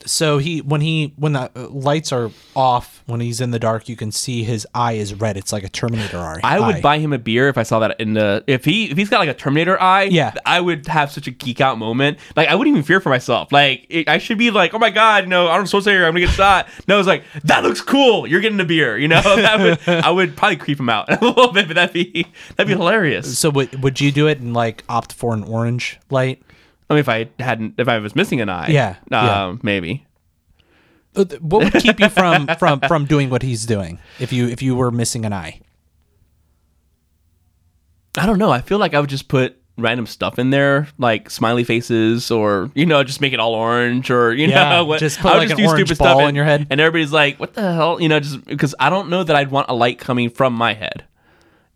A: So he when he when the uh, lights are off when he's in the dark, you can see his eye is red. It's like a Terminator eye.
B: I would
A: eye.
B: buy him a beer if I saw that in the if he if he's got like a Terminator eye.
A: Yeah.
B: I would have such a geek out moment. Like I wouldn't even fear for myself. Like it, I should be like, oh my god, no, Arnold Schwarzenegger, I'm gonna get shot. No, it's like that looks cool. You're getting a beer. You know, that would I would probably creep him out a little bit, but that'd be that'd be hilarious.
A: So would would you do it and like opt for an orange light?
B: I mean, if I hadn't, if I was missing an eye,
A: Yeah,
B: um,
A: yeah.
B: maybe.
A: Uh, th- What would keep you from from from doing what he's doing if you if you were missing an eye?
B: I don't know. I feel like I would just put random stuff in there, like smiley faces, or you know, just make it all orange, or you
A: Yeah,
B: know, what,
A: just put,
B: I would
A: like, an orange ball in your head.
B: and everybody's like, "What the hell?" You know, just because I don't know that I'd want a light coming from my head,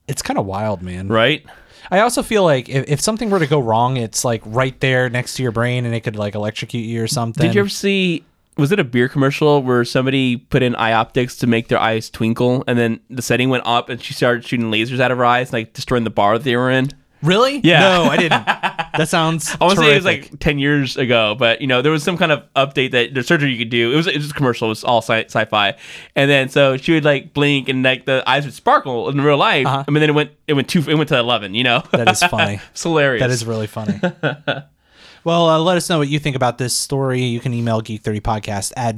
A: It's kind of wild, man.
B: right?
A: I also feel like if, if something were to go wrong, it's like right there next to your brain, and it could like electrocute you or something.
B: Did you ever see? Was it a beer commercial where somebody put in eye optics to make their eyes twinkle, and then the setting went up, and she started shooting lasers out of her eyes, like destroying the bar that they were in?
A: really?
B: Yeah.
A: No, I didn't. That sounds.
B: I want to say it was
A: terrific.
B: like ten years ago, but you know there was some kind of update that there's surgery you could do. It was it was a commercial. It was all sci- sci-fi, and then so she would like blink and like the eyes would sparkle in real life.
A: Uh-huh.
B: I mean, then it went it went two it went to eleven. You know,
A: that is funny.
B: it's hilarious.
A: That is really funny. well, uh, let us know what you think about this story. You can email geek30podcast at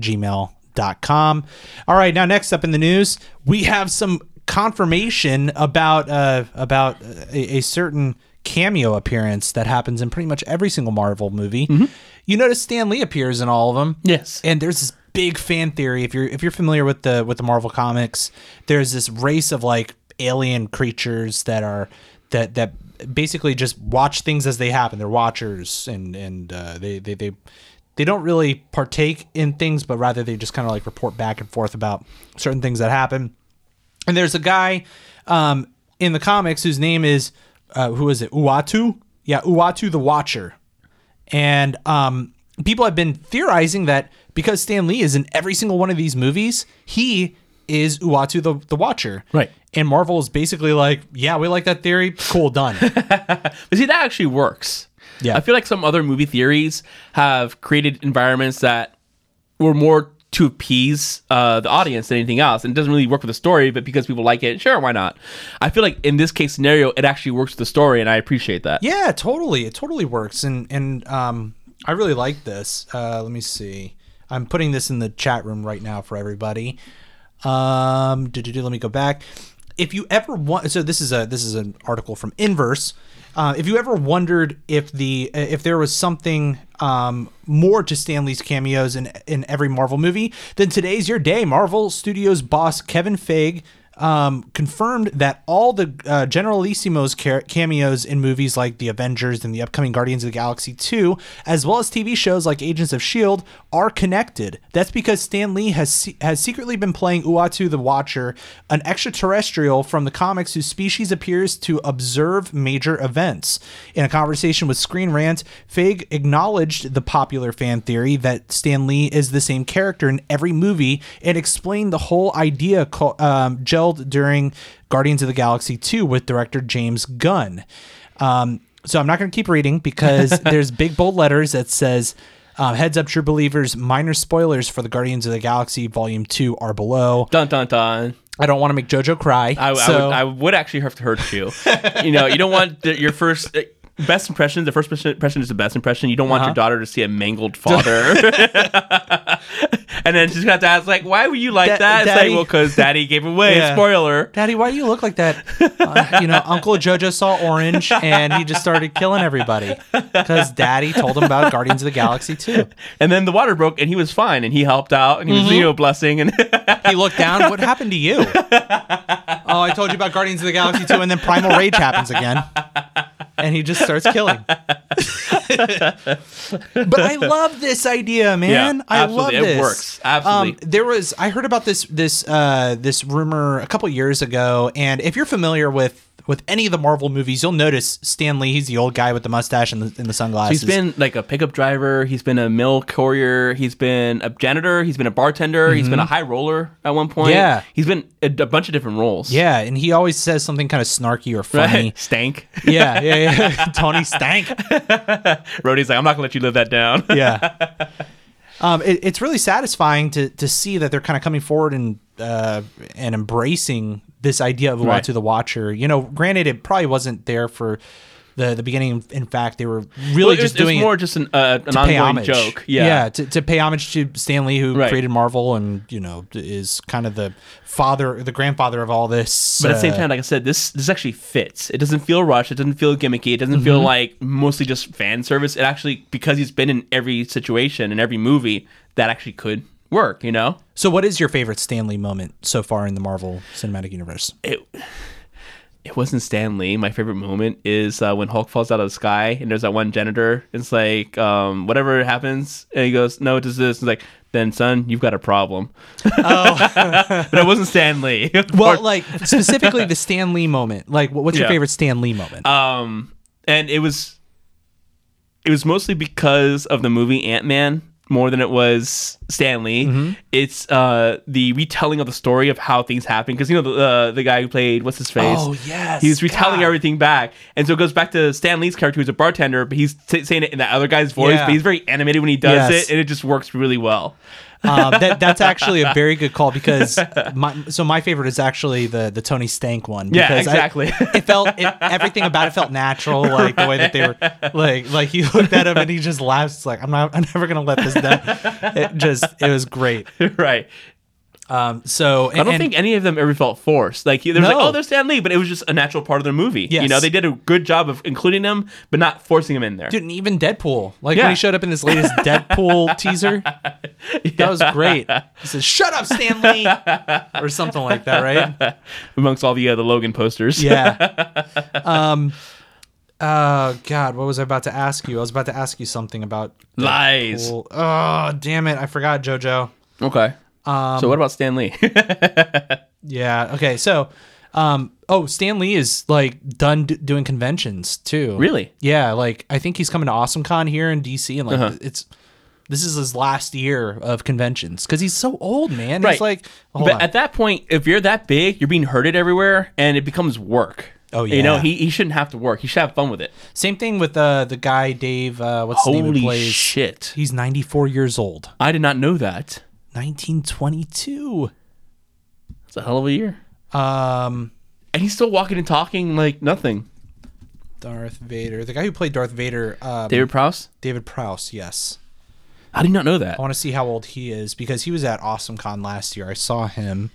A: gmail.com. All right, now next up in the news, we have some confirmation about uh, about uh, a, a certain cameo appearance that happens in pretty much every single Marvel movie. You notice Stan Lee appears in all of them.
B: Mm-hmm. yes.
A: And there's this big fan theory. If you're if you're familiar with the with the Marvel comics, there's this race of like alien creatures that are that that basically just watch things as they happen. They're watchers, and and uh, they they they they don't really partake in things, but rather they just kind of like report back and forth about certain things that happen. And there's a guy um, in the comics whose name is uh, who is it? Uatu? Yeah, Uatu the Watcher. And um, people have been theorizing that because Stan Lee is in every single one of these movies, he is Uatu the, the Watcher.
B: Right.
A: And Marvel is basically like, yeah, we like that theory. Cool, done.
B: But see, that actually works.
A: Yeah.
B: I feel like some other movie theories have created environments that were more to appease uh, the audience than anything else. And it doesn't really work with the story, but because people like it, sure, why not? I feel like in this case scenario, it actually works with the story, and I appreciate that.
A: yeah, totally. It totally works. And and um, I really like this. Uh, let me see. I'm putting this in the chat room right now for everybody. Um, do, do, do, let me go back. If you ever want, so this is a this is an article from Inverse. Uh, if you ever wondered if the if there was something um, more to Stanley's cameos in in every Marvel movie, then today's your day. Marvel Studios boss Kevin Feige um, confirmed that all the uh, Generalissimo's ca- cameos in movies like The Avengers and the upcoming Guardians of the Galaxy 2, as well as TV shows like Agents of S.H.I.E.L.D., E are connected. That's because Stan Lee has, se- has secretly been playing Uatu the Watcher, an extraterrestrial from the comics whose species appears to observe major events. In a conversation with Screen Rant, Feig acknowledged the popular fan theory that Stan Lee is the same character in every movie and explained the whole idea co- um, gelled during Guardians of the Galaxy 2 with director James Gunn. Um, so I'm not going to keep reading because there's big bold letters that says, uh, heads up, true believers, minor spoilers for the Guardians of the Galaxy Volume 2 are below.
B: Dun dun dun.
A: I don't want to make JoJo cry.
B: I, I,
A: so-
B: would, I would actually have to hurt you. you know, you don't want the, your first uh, best impression. The first impression is the best impression. You don't want your daughter to see a mangled father, and then she's gonna have to ask like, "Why were you like
A: Da-
B: that?" It's
A: Daddy-
B: like, "Well, because Daddy gave away."
A: Yeah.
B: Spoiler.
A: Daddy, why do you look like that? Uh, you know, Uncle JoJo saw orange and he just started killing everybody because Daddy told him about Guardians of the Galaxy 2.
B: And then the water broke, and he was fine, and he helped out, and he was you know blessing, and
A: He looked down. What happened to you? Oh, I told you about Guardians of the Galaxy 2, and then Primal Rage happens again. And he just starts killing. but I love this idea, man.
B: Yeah,
A: I
B: absolutely.
A: love
B: It
A: this. Um,
B: works. Absolutely.
A: there was I heard about this this uh this rumor a couple years ago, and if you're familiar with with any of the Marvel movies, you'll notice Stan Lee, he's the old guy with the mustache and the, and the sunglasses.
B: he's been like a pickup driver. He's been a mill courier. He's been a janitor. He's been a bartender. He's been a high roller at one point.
A: Yeah.
B: he's been a, a bunch of different roles.
A: yeah, and he always says something kind of snarky or funny.
B: Stank.
A: Yeah, yeah, yeah. Tony Stank.
B: Rhodey's like, I'm not gonna let you live that down.
A: yeah. Um, it, it's really satisfying to to see that they're kind of coming forward and uh, and embracing this idea of Uatu
B: Right.
A: the Watcher. You know, granted, it probably wasn't there for the the beginning. In fact, they were really
B: it's,
A: just doing
B: it's
A: it
B: more just an, uh, an
A: to pay
B: ongoing
A: homage.
B: joke. Yeah.
A: to, to pay homage to Stan Lee, who
B: Right.
A: created Marvel and you know is kind of the father, the grandfather of all this.
B: But at the same
A: uh,
B: time, like I said, this this actually fits. It doesn't feel rushed. It doesn't feel gimmicky. It doesn't
A: Mm-hmm.
B: feel like mostly just fan service. It actually because he's been in every situation in every movie that actually could work. You know,
A: so what is your favorite Stan Lee moment so far in the Marvel Cinematic Universe?
B: it it wasn't Stan Lee. My favorite moment is uh, when Hulk falls out of the sky and there's that one janitor. It's like um, whatever happens, and he goes, "No, it does this." It's like. Then, son, you've got a problem. Oh, but it wasn't Stan Lee.
A: Well, like specifically the Stan Lee moment. Like, wh- what's your
B: Yeah.
A: favorite Stan Lee moment?
B: um and it was it was mostly because of the movie ant-man more than it was Stan Lee. It's uh, the retelling of the story of how things happen because you know the uh, the guy who played what's his face.
A: Oh, yes,
B: he's retelling
A: God.
B: everything back, and so it goes back to Stan Lee's character who's a bartender, but he's t- saying it in that other guy's voice.
A: Yeah.
B: But he's very animated when he does
A: Yes.
B: it, and it just works really well.
A: Um, that, that's actually a very good call because my so my favorite is actually the the Tony Stank one.
B: Yeah,
A: because I-
B: exactly.
A: it felt it, everything about it felt natural, like the way that they were like like he looked at him and he just laughs. It's like I'm not I'm never gonna let this down. It just it was great.
B: right.
A: Um, so
B: I don't think any of them ever felt forced. Like there was like,
A: No.
B: oh, there's Stan Lee, but it was just a natural part of their movie. You
A: Yes.
B: know, they did a good job of including him, but not forcing him in there.
A: Dude, and even Deadpool. Like
B: Yeah.
A: when he showed up in his latest Deadpool teaser, that was great. He says, "Shut up, Stan Lee," or something like that, right?
B: amongst all the uh, the Logan posters.
A: Yeah. um. Oh God, what was I about to ask you? I was about to ask you something about
B: lies.
A: Deadpool. Oh damn it! I forgot JoJo.
B: Okay.
A: Um,
B: so what about Stan Lee?
A: Yeah. Okay. So, um. Oh, Stan Lee is like done d- doing conventions too.
B: Really?
A: Yeah. Like I think he's coming to AwesomeCon here in DC, and like
B: Uh-huh.
A: it's. This is his last year of conventions because he's so old, man. He's
B: Right.
A: like, hold
B: but
A: on.
B: at that point, if you're that big, you're being herded everywhere, and it becomes work.
A: Oh,
B: You know
A: yeah.
B: he, he shouldn't have to work. He should have fun with it.
A: Same thing with uh, the guy Dave. Uh, what's his name? Who
B: Holy
A: plays?
B: shit!
A: He's ninety four years old.
B: I did not know that.
A: Nineteen twenty two.
B: It's a hell of a year,
A: Um,
B: and he's still walking and talking like nothing.
A: Darth Vader, the guy who played Darth Vader, um, David,
B: David Prowse.
A: Prowse. Yes,
B: I did not know that.
A: I want to see how old he is because he was at AwesomeCon last year. I saw him,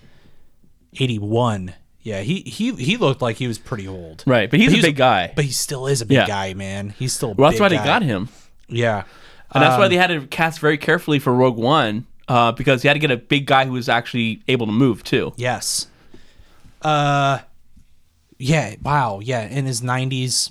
A: eighty-one. Yeah, he he he looked like he was pretty old.
B: Right, but he's
A: he
B: a
A: was-
B: big guy.
A: But he still is a big
B: Yeah.
A: guy, man. He's still. A
B: well, that's
A: big
B: why
A: guy. Um,
B: they got him.
A: Yeah. Uh,
B: And that's why they had to cast very carefully for Rogue One, uh, because you had to get a big guy who was actually able to move too.
A: Yes. Uh, yeah. Wow. Yeah. In his nineties,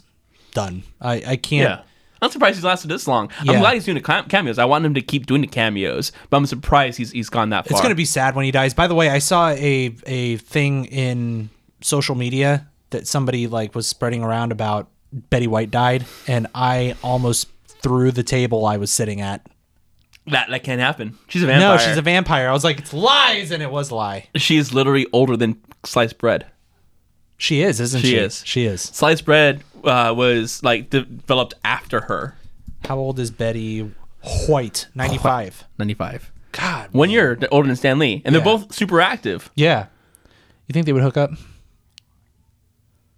A: done. I I can't.
B: Yeah. I'm surprised he's lasted this long.
A: Yeah.
B: I'm glad he's doing the cam- cameos. I want him to keep doing the cameos, but I'm surprised he's he's gone that far.
A: It's gonna be sad when he dies. By the way, I saw a a thing in social media that somebody like was spreading around about Betty White died, and I almost threw the table I was sitting at.
B: that that can't happen. She's a
A: No,
B: vampire.
A: she's a vampire. I was like, it's lies, and it was a lie.
B: she is literally older than sliced bread.
A: She is, isn't she?
B: She is.
A: She is.
B: Sliced bread uh, was like de- developed after her.
A: How old is Betty White? Ninety five.
B: 95.
A: God.
B: One year older than Stan Lee, and they're
A: Yeah.
B: both super active.
A: Yeah. You think they would hook up?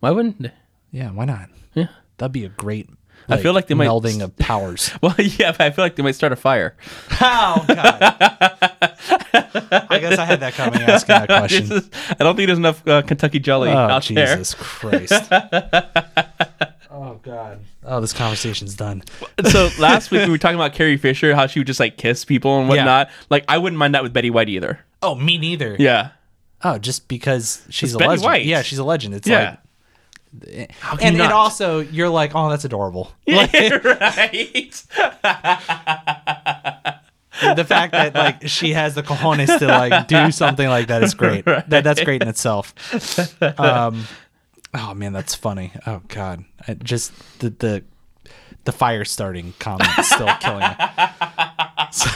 B: Why wouldn't? they?
A: Yeah, why not?
B: Yeah.
A: That'd be a great.
B: I feel like they might-
A: melding of powers.
B: Well, yeah, but I feel like they might start a fire.
A: Oh God! I guess I had that coming asking that
B: This
A: question.
B: is, I don't think there's enough uh, Kentucky jelly
A: Oh
B: out there.
A: Jesus Christ! oh God! Oh, this conversation's done.
B: so last week we were talking about Carrie Fisher, how she would just like kiss people and whatnot. Like I wouldn't mind that with Betty White either.
A: Oh, me neither.
B: Yeah,
A: Oh, just because she's
B: It's
A: a
B: Betty
A: legend.
B: White.
A: Yeah, she's a legend. It's
B: yeah.
A: like,
B: can
A: and,
B: you
A: and
B: not?
A: also you're like, oh, that's adorable.
B: right.
A: the fact that like she has the cojones to like do something like that is great. That that's great in itself. Um, oh man, that's funny. Oh god, I just the the the fire starting comment is still killing me. So-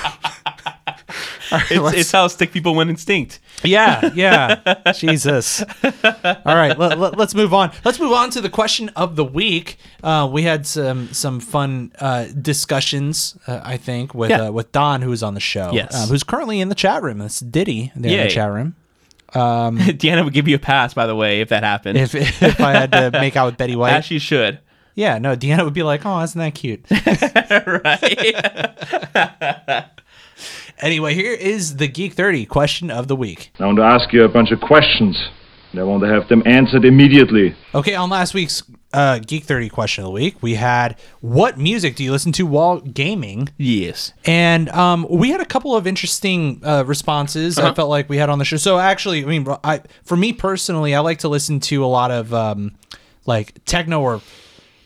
A: All right,
B: It's,
A: let's-
B: it's how stick people went extinct.
A: yeah, yeah. Jesus. All right, let, let, us move on. Let's move on to the question of the week. Uh, we had some some fun uh, discussions, uh, I think, with
B: Yeah.
A: uh, with Don, who is on the show.
B: Yes.
A: um, who's currently in the chat room. That's Diddy there in
B: Yay.
A: the chat room.
B: Deanna would give you a pass, by the way, if that happened.
A: Mm. If if I had to make out with Betty White,
B: As she should.
A: yeah, no, Deanna would be like, "Oh, isn't that cute?"
B: right.
A: anyway, here is the Geek Thirty question of the week.
D: I want to ask you a bunch of questions, and I want to have them answered immediately.
A: Okay, on last week's uh, Geek Thirty question of the week, we had what music do you listen to while gaming?
B: yes.
A: And um, we had a couple of interesting uh, responses.
B: Uh-huh.
A: I felt like we had on the show. So actually, I mean, I for me personally, I like to listen to a lot of um, like techno or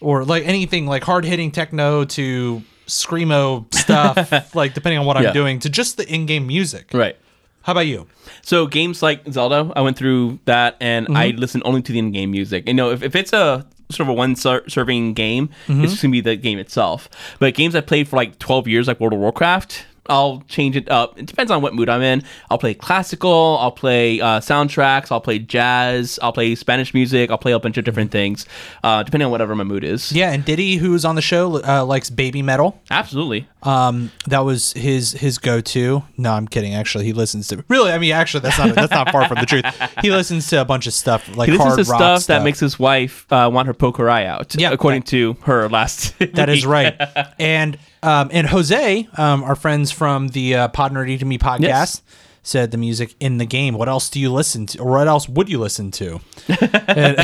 A: or like anything like hard hitting techno to screamo stuff. like depending on what
B: Yeah.
A: I'm doing, to just the in game music.
B: Right.
A: How about you?
B: So games like Zelda, I went through that, and I
A: Mm-hmm.
B: listen only to the in-game music. You know, if, if it's a sort of a one-serving game,
A: Mm-hmm.
B: it's just gonna be the game itself. But games I played for like 12 years, like World of Warcraft, I'll change it up. It depends on what mood I'm in. I'll play classical, I'll play uh, soundtracks, I'll play jazz, I'll play Spanish music, I'll play a bunch of different things, uh, depending on whatever my mood is.
A: Mm-hmm. Yeah, and Diddy, who's on the show, uh, likes baby metal.
B: Absolutely.
A: Um, that was his his go to. No, I'm kidding. Actually, he listens to really. I mean, actually, that's not that's not far from the truth. He listens to a bunch of stuff like
B: He listens
A: hard
B: to
A: rock
B: stuff, that makes his wife uh, want her poke her eye out.
A: Yeah,
B: according
A: that-
B: to her last.
A: that is
B: week.
A: right. And um, and Jose, um, our friends from the uh, Pod Nerdy to Me podcast,
B: Yes.
A: said the music in the game. What else do you listen to, or what else would you listen to? And-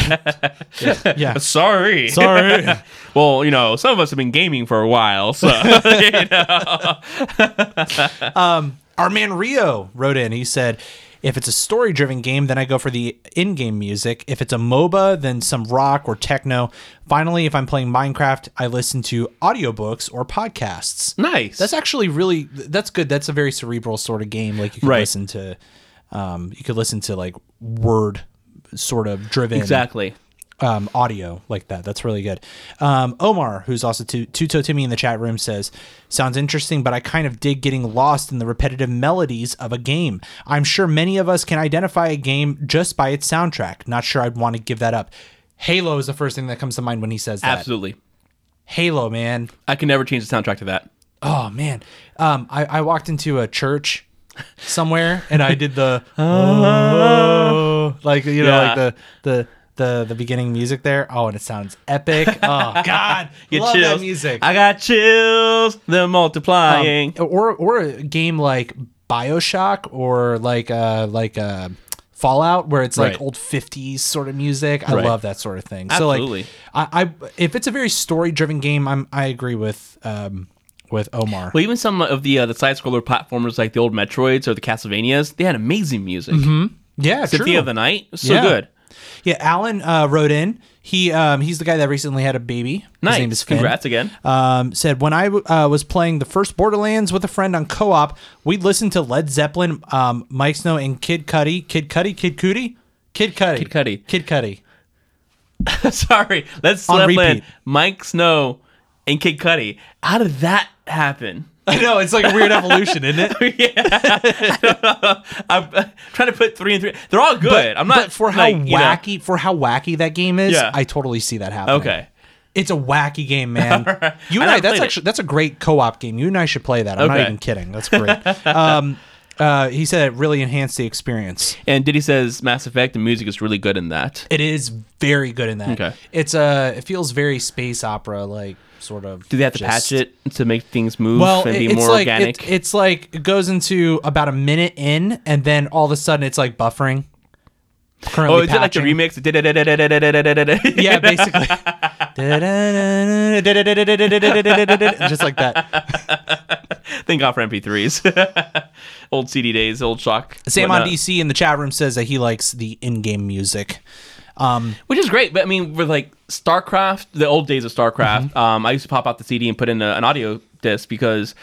A: yeah, yeah.
B: Sorry.
A: Sorry.
B: Well, you know, some of us have been gaming for a while, so you know.
A: Our man Rio wrote in. He said, if it's a story driven game, then I go for the in game music. If it's a MOBA, then some rock or techno. Finally, if I'm playing Minecraft, I listen to audiobooks or podcasts.
B: nice.
A: That's actually really that's good. That's a very cerebral sort of game. Like you could
B: Right.
A: listen to um you could listen to like word sort of driven
B: exactly.
A: um, audio like that. That's really good. Um, Omar, who's also to Tuto Timmy in the chat room, says, "Sounds interesting, but I kind of dig getting lost in the repetitive melodies of a game. I'm sure many of us can identify a game just by its soundtrack. Not sure I'd want to give that up." Halo is the first thing that comes to mind when he says that.
B: Absolutely.
A: Halo, man.
B: I can never change the soundtrack to that.
A: Oh man. Um, I, I walked into a church somewhere and I did the oh, like you know
B: Ah. Yeah.
A: like the the the the beginning music there. Oh, and it sounds epic. Oh God,
B: Get
A: love
B: chills.
A: that music.
B: I got chills. They're multiplying.
A: or or a game like Bioshock or like uh like uh Fallout where it's like
B: Right.
A: old 50s sort of music. I
B: Right.
A: love that sort of thing.
B: Absolutely.
A: So like I, I if it's a very story driven game, I'm I agree with um with Omar.
B: well, even some of the uh, the side scroller platformers, like the old Metroids or the Castlevanias, they had amazing music.
A: yeah,
B: Cynthia
A: true.
B: of the Night, was so
A: Yeah.
B: good.
A: Yeah, Alan uh, wrote in. He um, he's the guy that recently had a baby.
B: Nice.
A: His name is Finn.
B: Congrats again.
A: Um, said when I w- uh, was playing the first Borderlands with a friend on co-op, we listened to Led Zeppelin, um, Mike Snow, and Kid Cudi. Kid Cudi, Kid Cudi, Kid Cudi,
B: Kid Cudi.
A: Kid Cudi.
B: Sorry, let's
A: On
B: slip in
A: repeat.
B: Mike Snow and Kid Cudi. How did that happen?
A: I know it's like a weird evolution, isn't it?
B: I'm uh, trying to put three and three. They're all good. I'm not
A: But for how
B: like, you know-
A: wacky for how wacky that game is,
B: Yeah.
A: I totally see that happening.
B: okay.
A: It's a wacky game, man. You and
B: I
A: I,
B: never
A: that's
B: played it.
A: actually that's a great co-op game. You and I should play that. I'm not
B: Okay.
A: even kidding. That's great. um, uh, he said it really enhanced the experience.
B: And Diddy says Mass Effect. The music is really good in that.
A: It is very good in that.
B: Okay.
A: It's uh, it feels very space opera like sort of.
B: Do they have to patch it to make things move
A: Well,
B: and
A: it-
B: be
A: it's
B: more
A: like
B: organic?
A: It, it's like it goes into about a minute in, and then all of a sudden it's like buffering. Currently
B: oh, is it like the
A: patching.
B: remix? Da-da-da-da-da-da-da-da-da-da-da.
A: Yeah, basically. Just like that.
B: Thank God for MP3s. old CD days, old shock.
A: Sam on
B: whatnot.
A: DC in the chat room says that he likes the in-game music. Um,
B: Which is great, but I mean, with like StarCraft, the old days of StarCraft, um, I used to pop out the CD and put in a, an audio disc because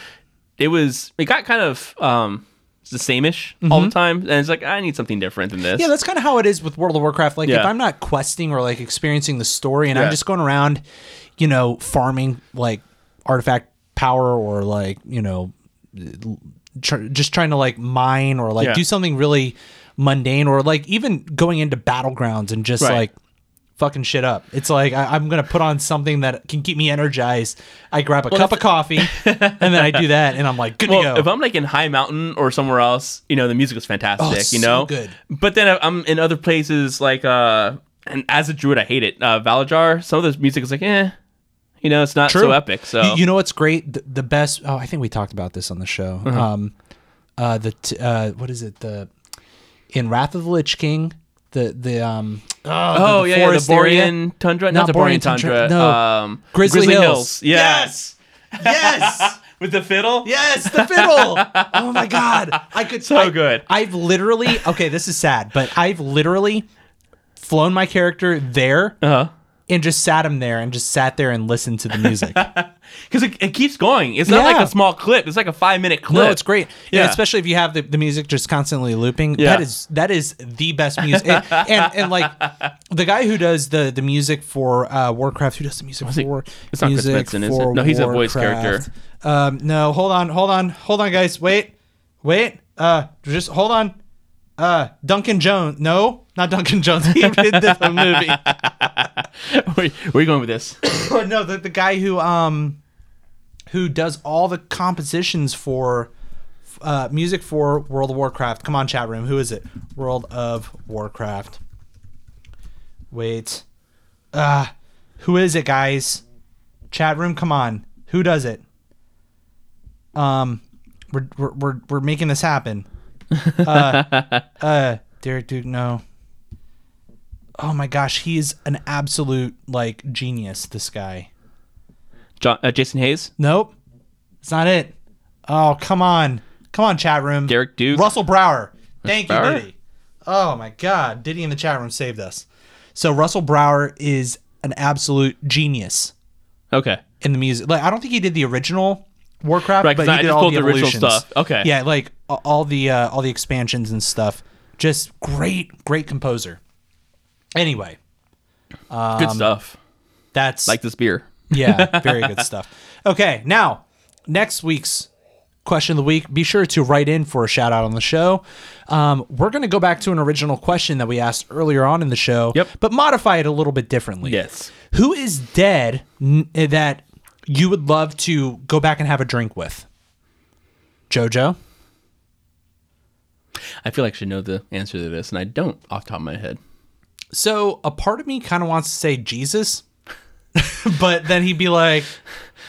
B: it was it got kind of um, the same-ish all the time, and it's like I need something different than this.
A: yeah, that's kind of how it is with World of Warcraft. Like, if
B: Yeah.
A: I'm not questing or like experiencing the story, and I'm
B: Yeah.
A: just going around, you know, farming like artifact power or like you know, tr- just trying to like mine or like
B: Yeah.
A: do something really mundane or like even going into battlegrounds and just
B: Right.
A: like fucking shit up. It's like I, I'm gonna put on something that can keep me energized. I grab a cup of coffee and then I do that, and I'm like good
B: well,
A: to
B: if
A: go.
B: I'm like in High Mountain or somewhere else, you know, the music is fantastic.
A: Oh, it's
B: you
A: so
B: know,
A: good.
B: But then I'm in other places like uh, and as a druid, I hate it. Uh, Valajar, some of this music is like, eh, you know, it's not so epic. So
A: you, you know what's great? The, the best. Oh, I think we talked about this on the show.
B: Mm-hmm.
A: Um, uh, the t- uh, what is it? The in Wrath of the Lich King. The the um.
B: Oh
A: the
B: yeah, yeah, the
A: forest area.
B: Borean tundra,
A: Not
B: not, the Borean
A: Borean tundra,
B: tundra.
A: no.
B: um,
A: Grizzly Hills.
B: Yes,
A: Yes.
B: with the fiddle.
A: Yes, the fiddle. oh my god, I could
B: So
A: I-
B: good.
A: I've literally okay, this is sad, but I've literally flown my character there
B: Uh-huh.
A: and just sat him there and just sat there and listened to the music.
B: Because it, it keeps going. It's not
A: Yeah.
B: like a small clip. It's like a five minute clip.
A: no, it's great. Yeah,
B: Yeah.
A: especially if you have the, the music just constantly looping.
B: Yeah.
A: That is that is the best music. and, and and like the guy who does the the music for uh, Warcraft, who does the music
B: it-
A: for
B: it's not Chris
A: music
B: Benson, is it?
A: for
B: No, he's a voice character.
A: Warcraft. Um, no, hold on, hold on, hold on, guys, wait, wait, uh, just hold on. Uh, Duncan Jones. No, not Duncan Jones. He did the movie.
B: Where, where are you going with this?
A: Oh, no, the, the guy who um who does all the compositions for uh, music for World of Warcraft. Come on, chat room. Who is it? World of Warcraft. Wait. Ah, who is it, guys? Chat room, come on. Who does it? Um, we're we're we're, we're making this happen. Uh, uh, Derek Duke, no. Oh my gosh, he is an absolute like genius. This guy.
B: John, uh, Jason Hayes,
A: Nope. It's not it. Oh, come on. Come on, chat room.
B: Derek Duke.
A: Russell Brower. Thank you,
B: Brower?
A: Diddy. Oh, my God. Diddy in the chat room saved us. So, Russell Brower is an absolute genius
B: Okay.
A: in the music. Like, I don't think he did the original Warcraft,
B: Right,
A: but
B: 'cause
A: he
B: I
A: did
B: just
A: all
B: pulled
A: the
B: the original
A: evolutions.
B: stuff. Okay.
A: Yeah, like a- all the uh, all the expansions and stuff. Just great, great composer. Anyway,
B: Good
A: Um,
B: stuff.
A: that's
B: Like this beer.
A: yeah, very good stuff. Okay, now next week's question of the week. Be sure to write in for a shout out on the show. Um, we're going to go back to an original question that we asked earlier on in the show,
B: Yep.
A: but modify it a little bit differently.
B: Yes.
A: Who is dead n- eh, that you would love to go back and have a drink with? Jojo.
B: I feel like I should know the answer to this, and I don't off the top of my head.
A: So a part of me kind of wants to say Jesus, but then he'd be like,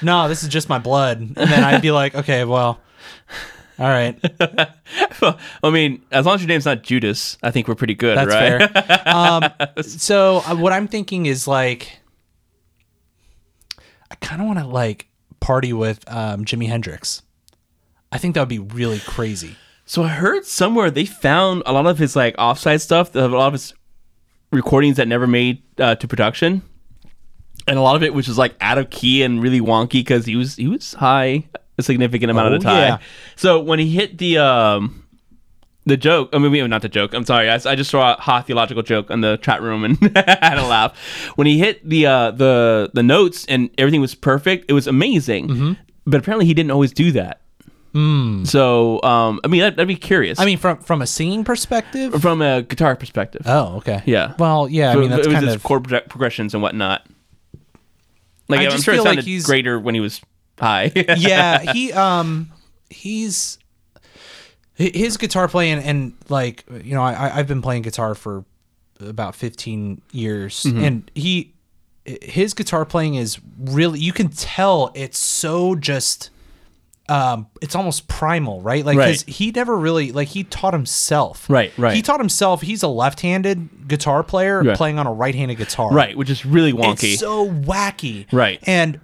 A: "No, this is just my blood," and then I'd be like, "Okay, well, all right."
B: I mean, as long as your name's not Judas, I think we're pretty good,
A: That's
B: right?
A: fair. Um, so uh, what I'm thinking is like, I kind of want to like party with um, Jimi Hendrix. I think that would be really crazy.
B: So I heard somewhere they found a lot of his like offside stuff, a lot of his recordings that never made uh, to production, and a lot of it was just like out of key and really wonky because he was he was high a significant amount
A: Oh,
B: of the time.
A: yeah.
B: So when he hit the um the joke, I mean we- not the joke. I'm sorry, I, I just saw a hot theological joke on the chat room and had a laugh when he hit the uh, the the notes and everything was perfect. It was amazing,
A: Mm-hmm.
B: but apparently he didn't always do that. So um, I mean that, that'd be curious.
A: Hmm. I mean, from from a singing perspective.
B: from a guitar perspective.
A: Oh, okay.
B: Yeah.
A: Well, yeah. I
B: So
A: mean, that's
B: it was
A: kind
B: his
A: of
B: chord pro- progressions and whatnot. Like
A: I
B: I am
A: just
B: sure it
A: feel like
B: sounded
A: he's-
B: greater when he was high.
A: yeah he um he's hi- his guitar playing and like you know i I- i've been playing guitar for about 15 years
B: Mm-hmm.
A: and he his guitar playing is really you can tell it's so just um it's almost primal right like 'cause
B: Right.
A: he never really like he taught himself
B: Right, right.
A: he taught himself he's a left-handed guitar player
B: Yeah.
A: playing on a right-handed guitar
B: right, which is really wonky.
A: it's so wacky.
B: Right.
A: And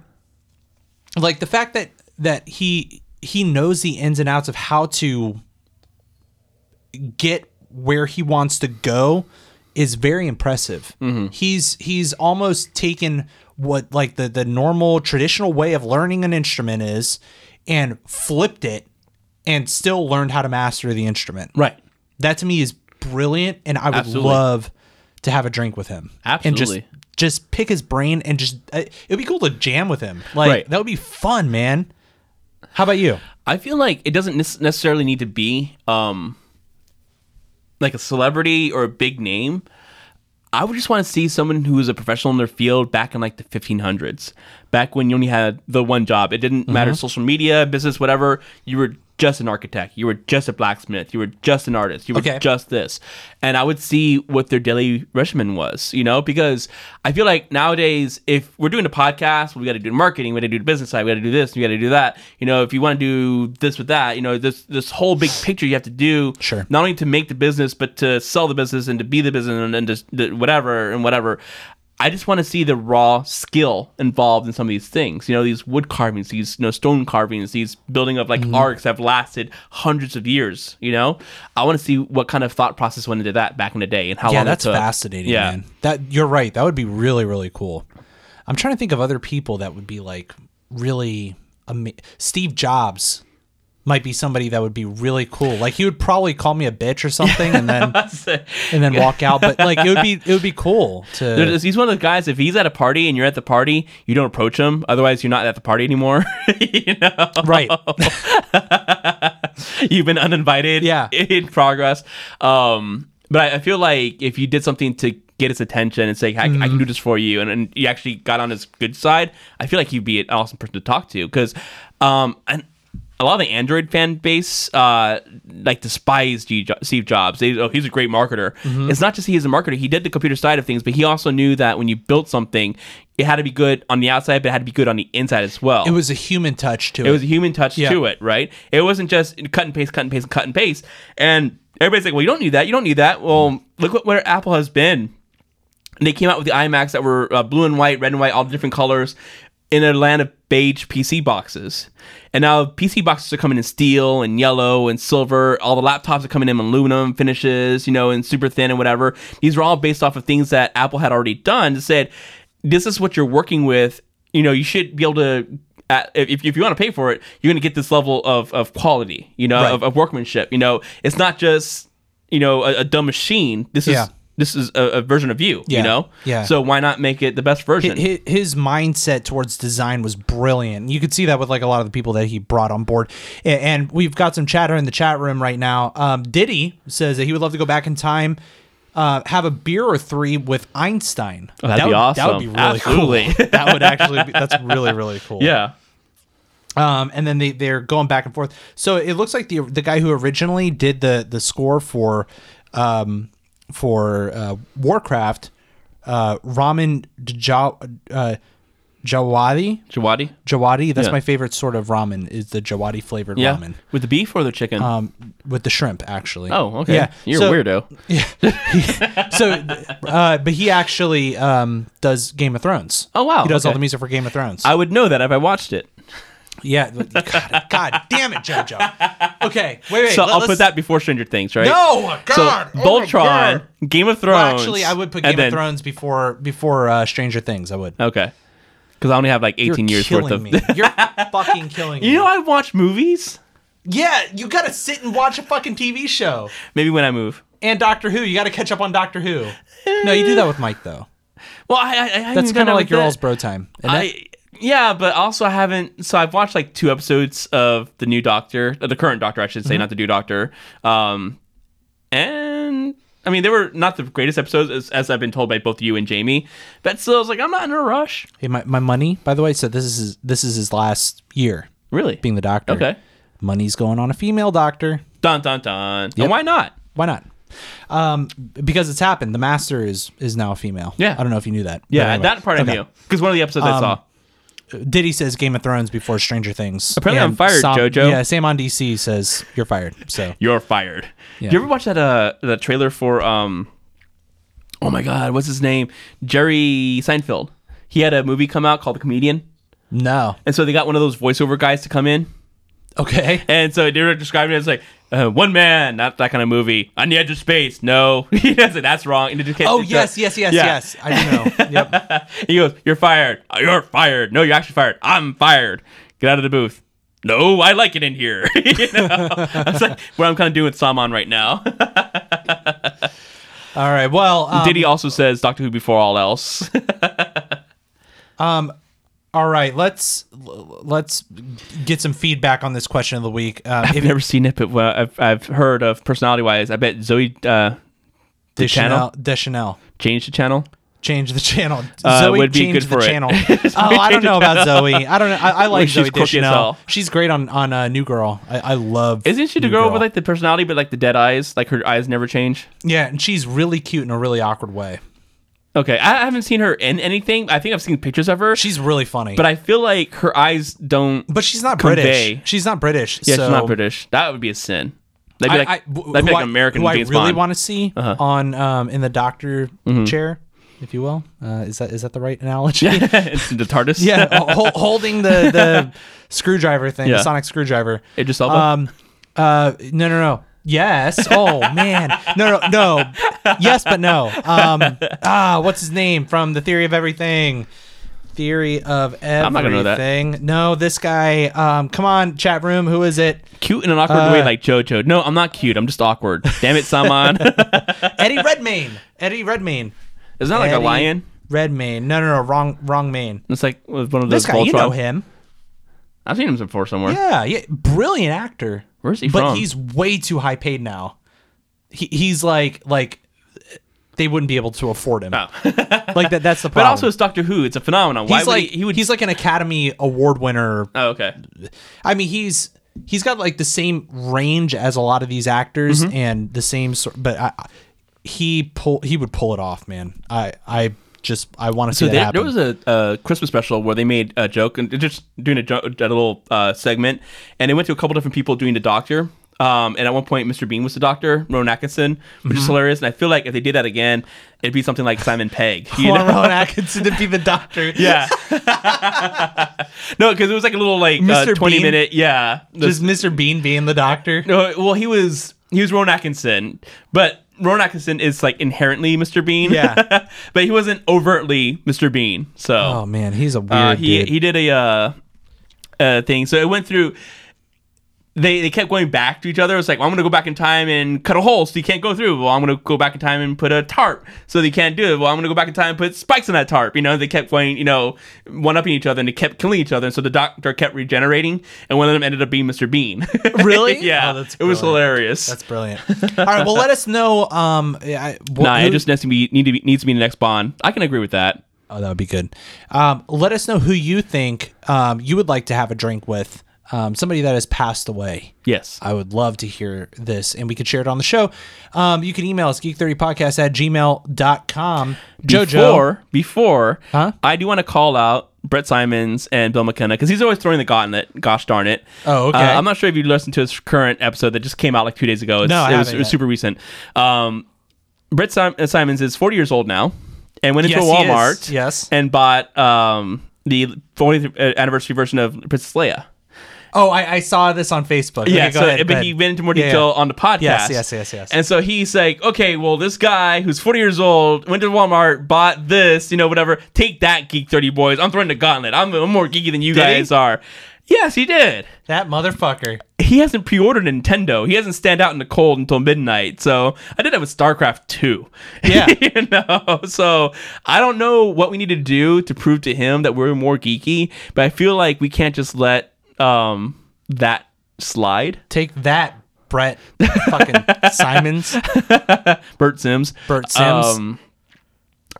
A: like the fact that that he he knows the ins and outs of how to get where he wants to go is very impressive.
B: Mm-hmm.
A: He's he's almost taken what like the the normal traditional way of learning an instrument is and flipped it and still learned how to master the instrument.
B: right.
A: That to me is brilliant, and I would
B: Absolutely.
A: love to have a drink with him. And
B: Absolutely.
A: just just pick his brain and just uh, it'd be cool to jam with him. Like
B: Right.
A: that would be fun, man. How about you?
B: I feel like it doesn't nes- necessarily need to be um like a celebrity or a big name. I would just want to see someone who was a professional in their field back in like the 1500s, back when you only had the one job. It didn't matter social media, business, whatever. You were just an architect. You were just a blacksmith. You were just an artist. You were
A: Okay.
B: just this. And I would see what their daily regimen was, you know, because I feel like nowadays, if we're doing a podcast, we got to do marketing, we got to do the business side, we got to do this, we got to do that. You know, if you want to do this with that, you know, this this whole big picture you have to do
A: Sure.
B: not only to make the business but to sell the business and to be the business and, and just the, whatever and whatever i just want to see the raw skill involved in some of these things you know these wood carvings these you know stone carvings these building of
A: Mm-hmm.
B: like arcs have lasted hundreds of years you know i want to see what kind of thought process went into that back in the day and how
A: yeah,
B: long
A: that's
B: it took.
A: fascinating,
B: yeah
A: man. That you're right. That would be really really cool. I'm trying to think of other people that would be like really ama- Steve Jobs might be somebody that would be really cool. Like he would probably call me a bitch or something and then and then walk out, but like it would be it would be cool to
B: There's- He's one of the guys. If he's at a party and you're at the party, you don't approach him. Otherwise, you're not at the party anymore. you know,
A: right.
B: you've been uninvited
A: Yeah.
B: in progress um but I, I feel like if you did something to get his attention and say I, I can do this for you and, and you actually got on his good side i feel like he'd be an awesome person to talk to because um and a lot of the Android fan base uh, like despise G- Jo- Steve Jobs. They, oh, he's a great marketer. It's not just he is a marketer. He did the computer side of things, but he also knew that when you built something, it had to be good on the outside, but it had to be good on the inside as well.
A: It was a human touch to it.
B: It was a human touch
A: Yeah.
B: to it, right? It wasn't just cut and paste, cut and paste, cut and paste. And everybody's like, well, you don't need that. You don't need that. Well, look what where Apple has been. And they came out with the iMacs that were uh, blue and white, red and white, all the different colors in a land of beige PC boxes. And now PC boxes are coming in steel and yellow and silver. All the laptops are coming in aluminum finishes, you know, and super thin and whatever. These are all based off of things that Apple had already done that said, this is what you're working with. You know, you should be able to. At, if, if you want to pay for it, you're going to get this level of, of quality, you know,
A: Right.
B: of, of workmanship. You know, it's not just, you know, a, a dumb machine. This
A: Yeah.
B: is this is a, a version of you,
A: Yeah.
B: you know?
A: Yeah.
B: So why not make it the best version?
A: Hi- his mindset towards design was brilliant. You could see that with like a lot of the people that he brought on board. A- And we've got some chatter in the chat room right now. Um, Diddy says that he would love to go back in time, uh, have a beer or three with Einstein.
B: Oh, that'd
A: that
B: be
A: would, That
B: awesome.
A: would be really cool.
B: Absolutely.
A: that would actually be, that's really really cool.
B: yeah.
A: Um, and then they they're going back and forth. So it looks like the the guy who originally did the the score for, um, for uh, Warcraft, uh, Raman Dja- uh, Jawadi.
B: Jawadi?
A: Jawadi. That's
B: Yeah.
A: my favorite sort of ramen. Is the Jawadi flavored
B: Yeah.
A: ramen.
B: With the beef or the chicken?
A: Um, with the shrimp actually.
B: oh, okay.
A: Yeah,
B: You're
A: so-
B: a weirdo.
A: So, uh, but he actually um does Game of Thrones.
B: Oh, wow,
A: He does all
B: okay.
A: the music for Game of Thrones.
B: I would know that if I watched it.
A: yeah. God, God damn it. not JoJo. Okay, wait, wait.
B: So
A: let-
B: I'll
A: let's-
B: put that before Stranger Things, right?
A: No, God,
B: So
A: oh my
B: Voltron, Game of Thrones.
A: Well, actually, I would put Game
B: and then-
A: of Thrones before before uh, Stranger Things. I would.
B: Okay, because I only have like
A: You're
B: 18 years
A: killing
B: worth of.
A: me. You're fucking killing me.
B: you know, I watch movies.
A: yeah, you gotta sit and watch a fucking TV show.
B: Maybe when I move.
A: And Doctor Who, you gotta catch up on Doctor Who. No, you do that with Mike though.
B: Well, I, I, I haven't
A: That's
B: even
A: kind
B: done it
A: of like your
B: that.
A: all's bro time. isn't it?
B: I yeah, but also I haven't. So I've watched like two episodes of the new Doctor, uh, the current Doctor, I should
A: Mm-hmm.
B: say, not the new Doctor. Um, and I mean they were not the greatest episodes, as, as I've been told by both you and Jamie. But still, I was like, I'm not in a rush,
A: Hey, my, my money, by the way. So this is his, this is his last year
B: really.
A: being the doctor.
B: Okay.
A: money's going on a female doctor.
B: dun dun dun. And why not?
A: Why not? Um, because it's happened. The master is is now a female.
B: Yeah.
A: I don't know if you knew that. but
B: Yeah,
A: anyway.
B: that part
A: Okay. Um,
B: I knew because one of the episodes I saw.
A: Diddy says Game of Thrones before Stranger Things.
B: Apparently I'm
A: And
B: fired,
A: Sam-
B: Jojo.
A: Yeah, Sam on DC says you're fired. So
B: You're fired.
A: Yeah.
B: You ever watch that uh the trailer for um Oh my god, what's his name? Jerry Seinfeld. He had a movie come out called The Comedian.
A: no.
B: And so they got one of those voiceover guys to come in.
A: Okay.
B: And so they were describing it as like uh, one man, not that kind of movie. On the edge of space, no, he does it. That's wrong. And they just kept-
A: Oh yes, yes, yes,
B: Yeah.
A: yes. I do know. Yep.
B: He goes, "You're fired. Uh, You're fired. No, you're actually fired. I'm fired. Get out of the booth." No, I like it in here. you know? That's like what I'm kind of doing with Saman right now.
A: All right. Well, um,
B: Diddy also says Doctor Who before all else.
A: all right. Let's let's get some feedback on this question of the week. Uh,
B: I've never seen it, but well, I've, I've heard of personality wise. I bet Zoe uh, the
A: Deschanel,
B: channel
A: Deschanel,
B: changed the channel.
A: change the channel.
B: Uh,
A: Zoe
B: would be
A: changed
B: good for
A: the
B: it.
A: channel. oh, I don't know about Zoe. I don't know. I, I like
B: She's
A: Zoe
B: quirky as
A: Deschanel.
B: hell.
A: She's great on on uh, New Girl. I, I love.
B: Isn't she the
A: New
B: girl, with like the personality, but like the dead eyes? Like her eyes never change.
A: Yeah, and she's really cute in a really awkward way.
B: Okay, I I haven't seen her in anything. I think I've seen pictures of her,
A: She's really funny.
B: but I feel like her eyes don't.
A: But she's not
B: Convey.
A: British. She's not British.
B: yeah,
A: so
B: she's not British. That would be a sin. That'd be like,
A: I, I, who
B: that'd be like
A: I-
B: an American
A: who I
B: James
A: really
B: Bond. Uh-huh. Mm-hmm.
A: want to see on um, in the doctor chair, if you will. Uh, is that is that the right analogy?
B: it's the TARDIS.
A: yeah, hol- holding the the screwdriver thing, the
B: Yeah.
A: sonic screwdriver.
B: Idris Elba.
A: Um, uh, no, no, no. Yes. Oh man. No, no, no. Yes, but no. Um, ah, what's his name from the Theory of Everything? Theory of everything.
B: not gonna know that.
A: No, this guy. Um, come on, chat room. Who is it?
B: cute in an awkward
A: Uh,
B: way, like JoJo. No, I'm not cute. I'm just awkward. Damn it, Saman.
A: Eddie Redmayne. Eddie Redmayne.
B: It's not like a
A: Eddie
B: lion.
A: Redmayne. No, no, no. Wrong, wrong Maine.
B: It's like with one of those
A: This guy, you know
B: Voltron-
A: him.
B: I've seen him before somewhere.
A: Yeah, yeah. Brilliant actor.
B: Where's he
A: but
B: from?
A: he's way too high paid now. He, he's like like they wouldn't be able to afford him.
B: Oh.
A: like that. That's the problem.
B: But also, it's Doctor Who. It's a phenomenon. Why
A: he's
B: would
A: like
B: he, he would?
A: he's like an Academy Award winner.
B: oh, okay.
A: I mean, he's he's got like the same range as a lot of these actors
B: Mm-hmm.
A: and the same sort. But I, I- he pull he would pull it off, man. I I just I want to see
B: So
A: that
B: there,
A: happen.
B: there was a, a Christmas special where they made a joke and they're just doing a, jo- a little uh, segment, and they went to a couple different people doing the doctor. Um, and at one point, Mr. Bean was the doctor, Rowan Atkinson, which
A: Mm-hmm.
B: is hilarious. And I feel like if they did that again, it'd be something like Simon Pegg. you
A: Want
B: know?
A: Rowan Atkinson to be the doctor.
B: Yeah. no, because it was like a little like
A: Mr.
B: Uh, twenty
A: Bean?
B: minute. Yeah. The-
A: Just Mr. Bean being the doctor.
B: No, well, he was he was Ron Atkinson, but Ron Atkinson is like inherently Mr. Bean.
A: Yeah.
B: but he wasn't overtly Mr. Bean. So
A: Oh man, he's a weird
B: uh, he
A: dude.
B: he did a uh, uh, thing. So it went through. They they kept going back to each other. It's like well, I'm gonna go back in time and cut a hole so you can't go through. Well, I'm gonna go back in time and put a tarp so they can't do it. Well, I'm gonna go back in time and put spikes on that tarp. You know, they kept going. You know, one upping each other and they kept killing each other. And so the doctor kept regenerating, and one of them ended up being Mr. Bean.
A: Really?
B: yeah,
A: Oh, that's
B: it was
A: brilliant.
B: hilarious.
A: That's brilliant. All right, well, let us know. Um, I, wh-
B: nah,
A: who-
B: Uh, it just needs to be need to be needs to be the next Bond. I can agree with that.
A: oh, that would be good. Um, let us know who you think um, you would like to have a drink with. Um, somebody that has passed away.
B: Yes.
A: I would love to hear this, and we could share it on the show. Um, you can email us geek30podcast at gmail.com. Jojo.
B: Before, before
A: Huh?
B: I do want to call out Brett Simons and Bill McKenna because he's always throwing the gauntlet. Gosh darn it!
A: Oh, okay.
B: Uh, I'm not sure if you listened to his current episode that just came out like two days ago. It's,
A: No, I
B: it was,
A: haven't
B: it was
A: yet.
B: super recent. Um, Brett Sim- uh, Simons is 40 years old now and went into
A: Yes,
B: a
A: he is.
B: Walmart
A: Yes.
B: uh, and bought um, the 40th anniversary version of Princess Leia.
A: Oh, I, I saw this on Facebook. Okay,
B: yeah,
A: go
B: so-
A: ahead, go
B: but he
A: ahead.
B: went into more
A: Yeah, yeah.
B: detail on the podcast.
A: Yes, yes, yes, yes.
B: And so he's like, okay, well, this guy who's 40 years old went to Walmart, bought this, you know, whatever. Take that, Geek 30 Boys. I'm throwing the gauntlet. I'm, I'm more geeky than you
E: he?
B: guys are. Yes, he did.
E: That motherfucker.
B: He hasn't pre ordered Nintendo. He hasn't stand out in the cold until midnight. So I did that with StarCraft 2.
E: Yeah.
B: you know? So I don't know what we need to do to prove to him that we're more geeky, but I feel like we can't just let um, that slide.
A: Take that, Brett fucking Simons.
B: Bert Sims.
A: Bert Sims.
B: Um,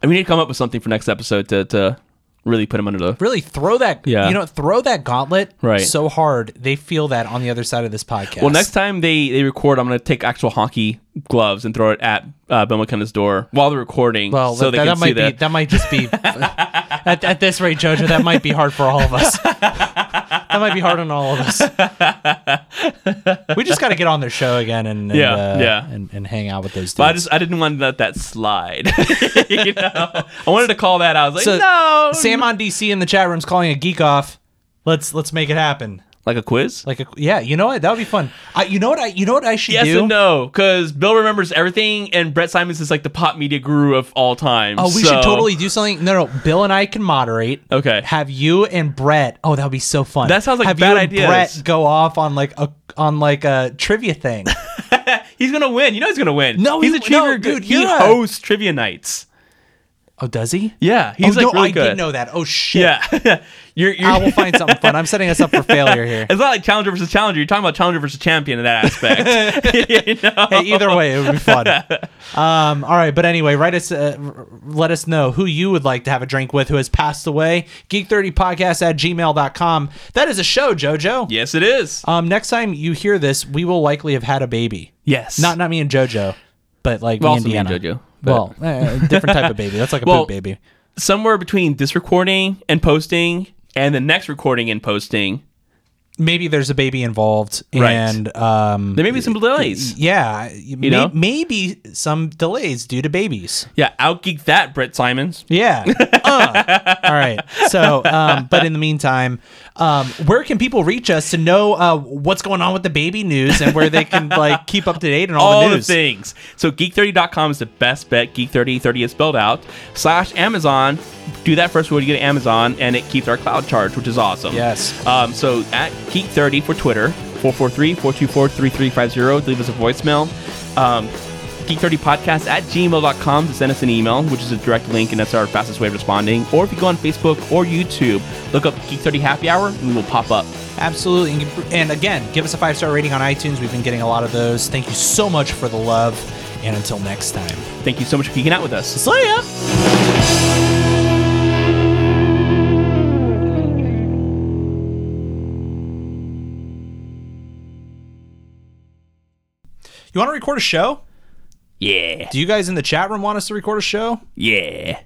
B: and we need to come up with something for next episode to, to really put him under the.
A: Really throw that
B: Yeah.
A: you know, throw that gauntlet
B: Right.
A: so hard they feel that on the other side of this podcast.
B: Well, next time they, they record, I'm going to take actual hockey gloves and throw it at uh, Ben McKenna's door while they're recording,
A: well,
B: so
A: that,
B: they
A: that
B: can
A: might
B: see
A: be
B: that.
A: that might just be at, at this rate, Jojo, that might be hard for all of us. that might be hard on all of us. we just gotta get on their show again and, and,
B: Yeah,
A: uh,
B: yeah.
A: And, and hang out with those dudes.
B: But I just I didn't want to let that slide. you know? I wanted to call that out. I was like,
A: So,
B: no,
A: Sam on DC in the chat room's calling a geek off. Let's let's make it happen.
B: like a quiz.
A: Like a, yeah, you know what? That would be fun. I, you know what I you know what I should
B: yes
A: do?
B: and no, because Bill remembers everything, and Brett Simons is like the pop media guru of all time.
A: Oh, we
B: so-
A: should totally do something. No, no, Bill and I can moderate.
B: Okay.
A: Have you and Brett? Oh, that would be so fun.
B: That sounds like
A: Have
B: bad
A: you
B: ideas.
A: And Brett go off on like a on like a trivia thing.
B: He's gonna win. You know he's gonna win.
A: No,
B: he's
A: he-
B: a trivia
A: no, dude,
B: He
A: yeah.
B: hosts trivia nights.
A: oh, does he?
B: Yeah, he's
A: oh, no,
B: like really
A: I
B: good.
A: didn't know that. Oh shit.
B: Yeah, you're. you're
A: I will find something fun. I'm setting us up for failure here.
B: It's not like challenger versus challenger. You're talking about challenger versus champion in that aspect. You know?
A: hey, either way, it would be fun. Um, all right, but anyway, write us, uh, r- let us know who you would like to have a drink with who has passed away. Geek30podcast at gmail.com. That is a show, JoJo.
B: Yes, it is.
A: Um, next time you hear this, we will likely have had a baby.
B: yes.
A: Not not me and JoJo, but like
B: Well,
A: me and
B: also me and
A: Deanna.
B: JoJo, but-
A: Well, eh, different type of baby. That's like a
B: Well-
A: poop baby.
B: somewhere between this recording and posting and the next recording and posting,
A: Maybe there's a baby involved,
B: Right.
A: and um,
B: there may be some delays.
A: yeah, may-
B: know?
A: maybe some delays due to babies.
B: Yeah, outgeek that, Brett Simons.
A: Yeah. Uh. All right. So, um, but in the meantime, um, where can people reach us to know uh, what's going on with the baby news and where they can like keep up to date and all,
B: All
A: the
B: the
A: news?
B: things. So geek30.com is the best bet. Geek30, 30 is spelled out. Slash Amazon. Do that first word you get to Amazon, and it keeps our cloud charge, which is awesome.
A: Yes.
B: Um, so at Geek30 for Twitter, 443-424-3350 to leave us a voicemail. Um, Geek30podcast at gmail.com to send us an email, which is a direct link, and that's our fastest way of responding. Or if you go on Facebook or YouTube, look up Geek30 Happy Hour, and we will pop up.
A: Absolutely. And you- And again, give us a five star rating on iTunes. We've been getting a lot of those. Thank you so much for the love. And until next time,
B: Thank you so much for geeking out with us.
A: see ya. You want to record a show?
B: Yeah.
A: Do you guys in the chat room want us to record a show?
B: Yeah.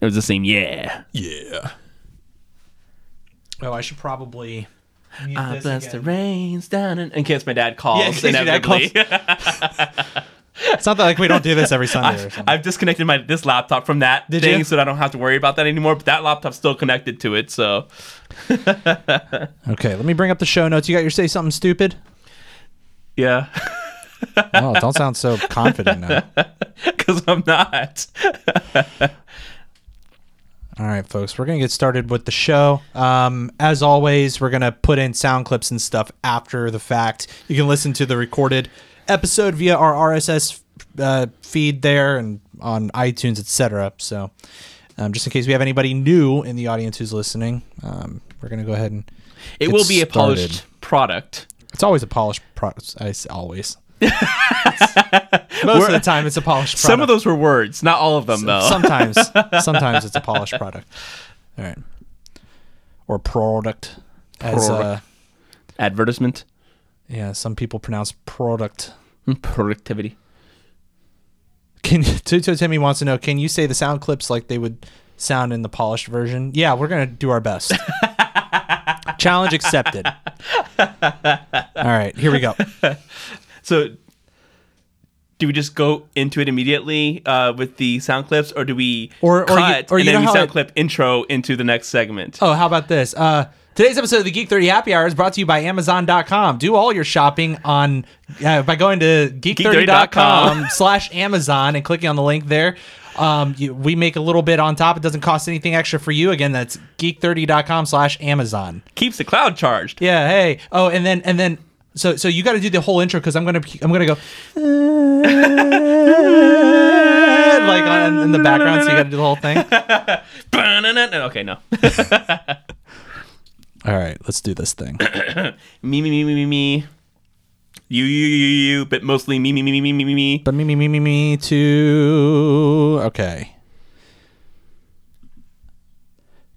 B: It was the same yeah.
A: Yeah. Oh, I should probably. mute this
B: I Ah, Uh, bless the
A: again.
B: rains down in, in case my dad calls.
A: Yeah, in case your dad
B: inevitably.
A: It's not that like we don't do this every Sunday or
B: I've,
A: something.
B: I've disconnected my this laptop from that
A: Did
B: thing
A: you?
B: so that I don't have to worry about that anymore. But that laptop's still connected to it, so
A: okay, let me bring up the show notes. You got your say something stupid?
B: yeah.
A: Oh, don't sound so confident now.
B: Because I'm not.
A: All right, folks, we're going to get started with the show. Um, as always, we're going to put in sound clips and stuff after the fact. You can listen to the recorded episode via our RSS uh, feed there and on iTunes, etc. So, um, just in case we have anybody new in the audience who's listening, um, we're going to go ahead and.
B: It
A: get
B: will be a polished
A: started.
B: product.
A: It's always a polished product. I s- always. Most of the time, it's a polished product.
B: Some of those were words, not all of them though.
A: Sometimes, sometimes it's a polished product. All right, or product, as uh,
B: Product. Advertisement, Hmm,
A: yeah, some people pronounce product.
B: productivity.
A: Can Tuto Timmy wants to know? Can you say the sound clips like they would sound in the polished version? Yeah, we're gonna do our best. Challenge accepted. All right, here we go.
B: So do we just go into it immediately uh, with the sound clips, or do we
A: Or- or
B: cut
A: you- or
B: and
A: you know
B: then we
A: how
B: sound
A: it-
B: clip intro into the next segment?
A: Oh, how about this? Uh, today's episode of the Geek 30 Happy Hour is brought to you by Amazon.com. Do all your shopping on uh, by going to geek30.com slash Amazon and clicking on the link there. Um, you, we make a little bit on top. It doesn't cost anything extra for you. Again, that's geek30.com slash Amazon.
B: Keeps the cloud charged.
A: Yeah. Hey. Oh, and then and then so so you got to do the whole intro because I'm gonna I'm gonna go like on, in the background. So you got to do the whole thing.
B: Ba-na-na-na. Okay, no.
A: All right, let's do this thing.
B: me me me me me me. You you you you you, but mostly me me me me me me me me.
A: But me me me me me too. Okay.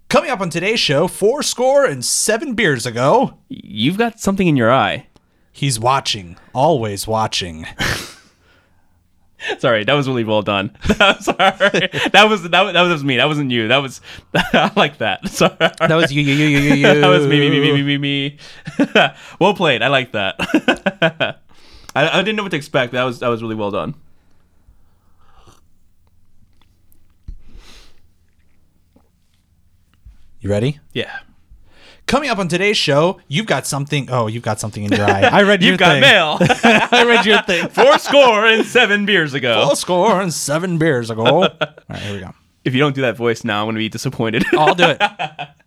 A: Coming up on today's show, four score and seven beers ago,
B: You've got something in your eye.
A: he's watching, always watching.
B: Sorry, that was really well done. I'm sorry. That was that was, that was me. That wasn't you. That was I like that. Sorry. That
A: was you, you, you, you, you, you.
B: that was me me me me me me me. well played. I like that. I, I didn't know what to expect. That was that was really well done.
A: You ready?
B: Yeah.
A: Coming up on today's show, you've got something. Oh, you've got something in your eye. I read your
B: You've got
A: thing.
B: mail.
A: I read your thing.
B: Four score and seven beers ago.
A: Four score and seven beers ago. All right, here we go.
B: If you don't do that voice now, I'm gonna be disappointed.
A: I'll do it.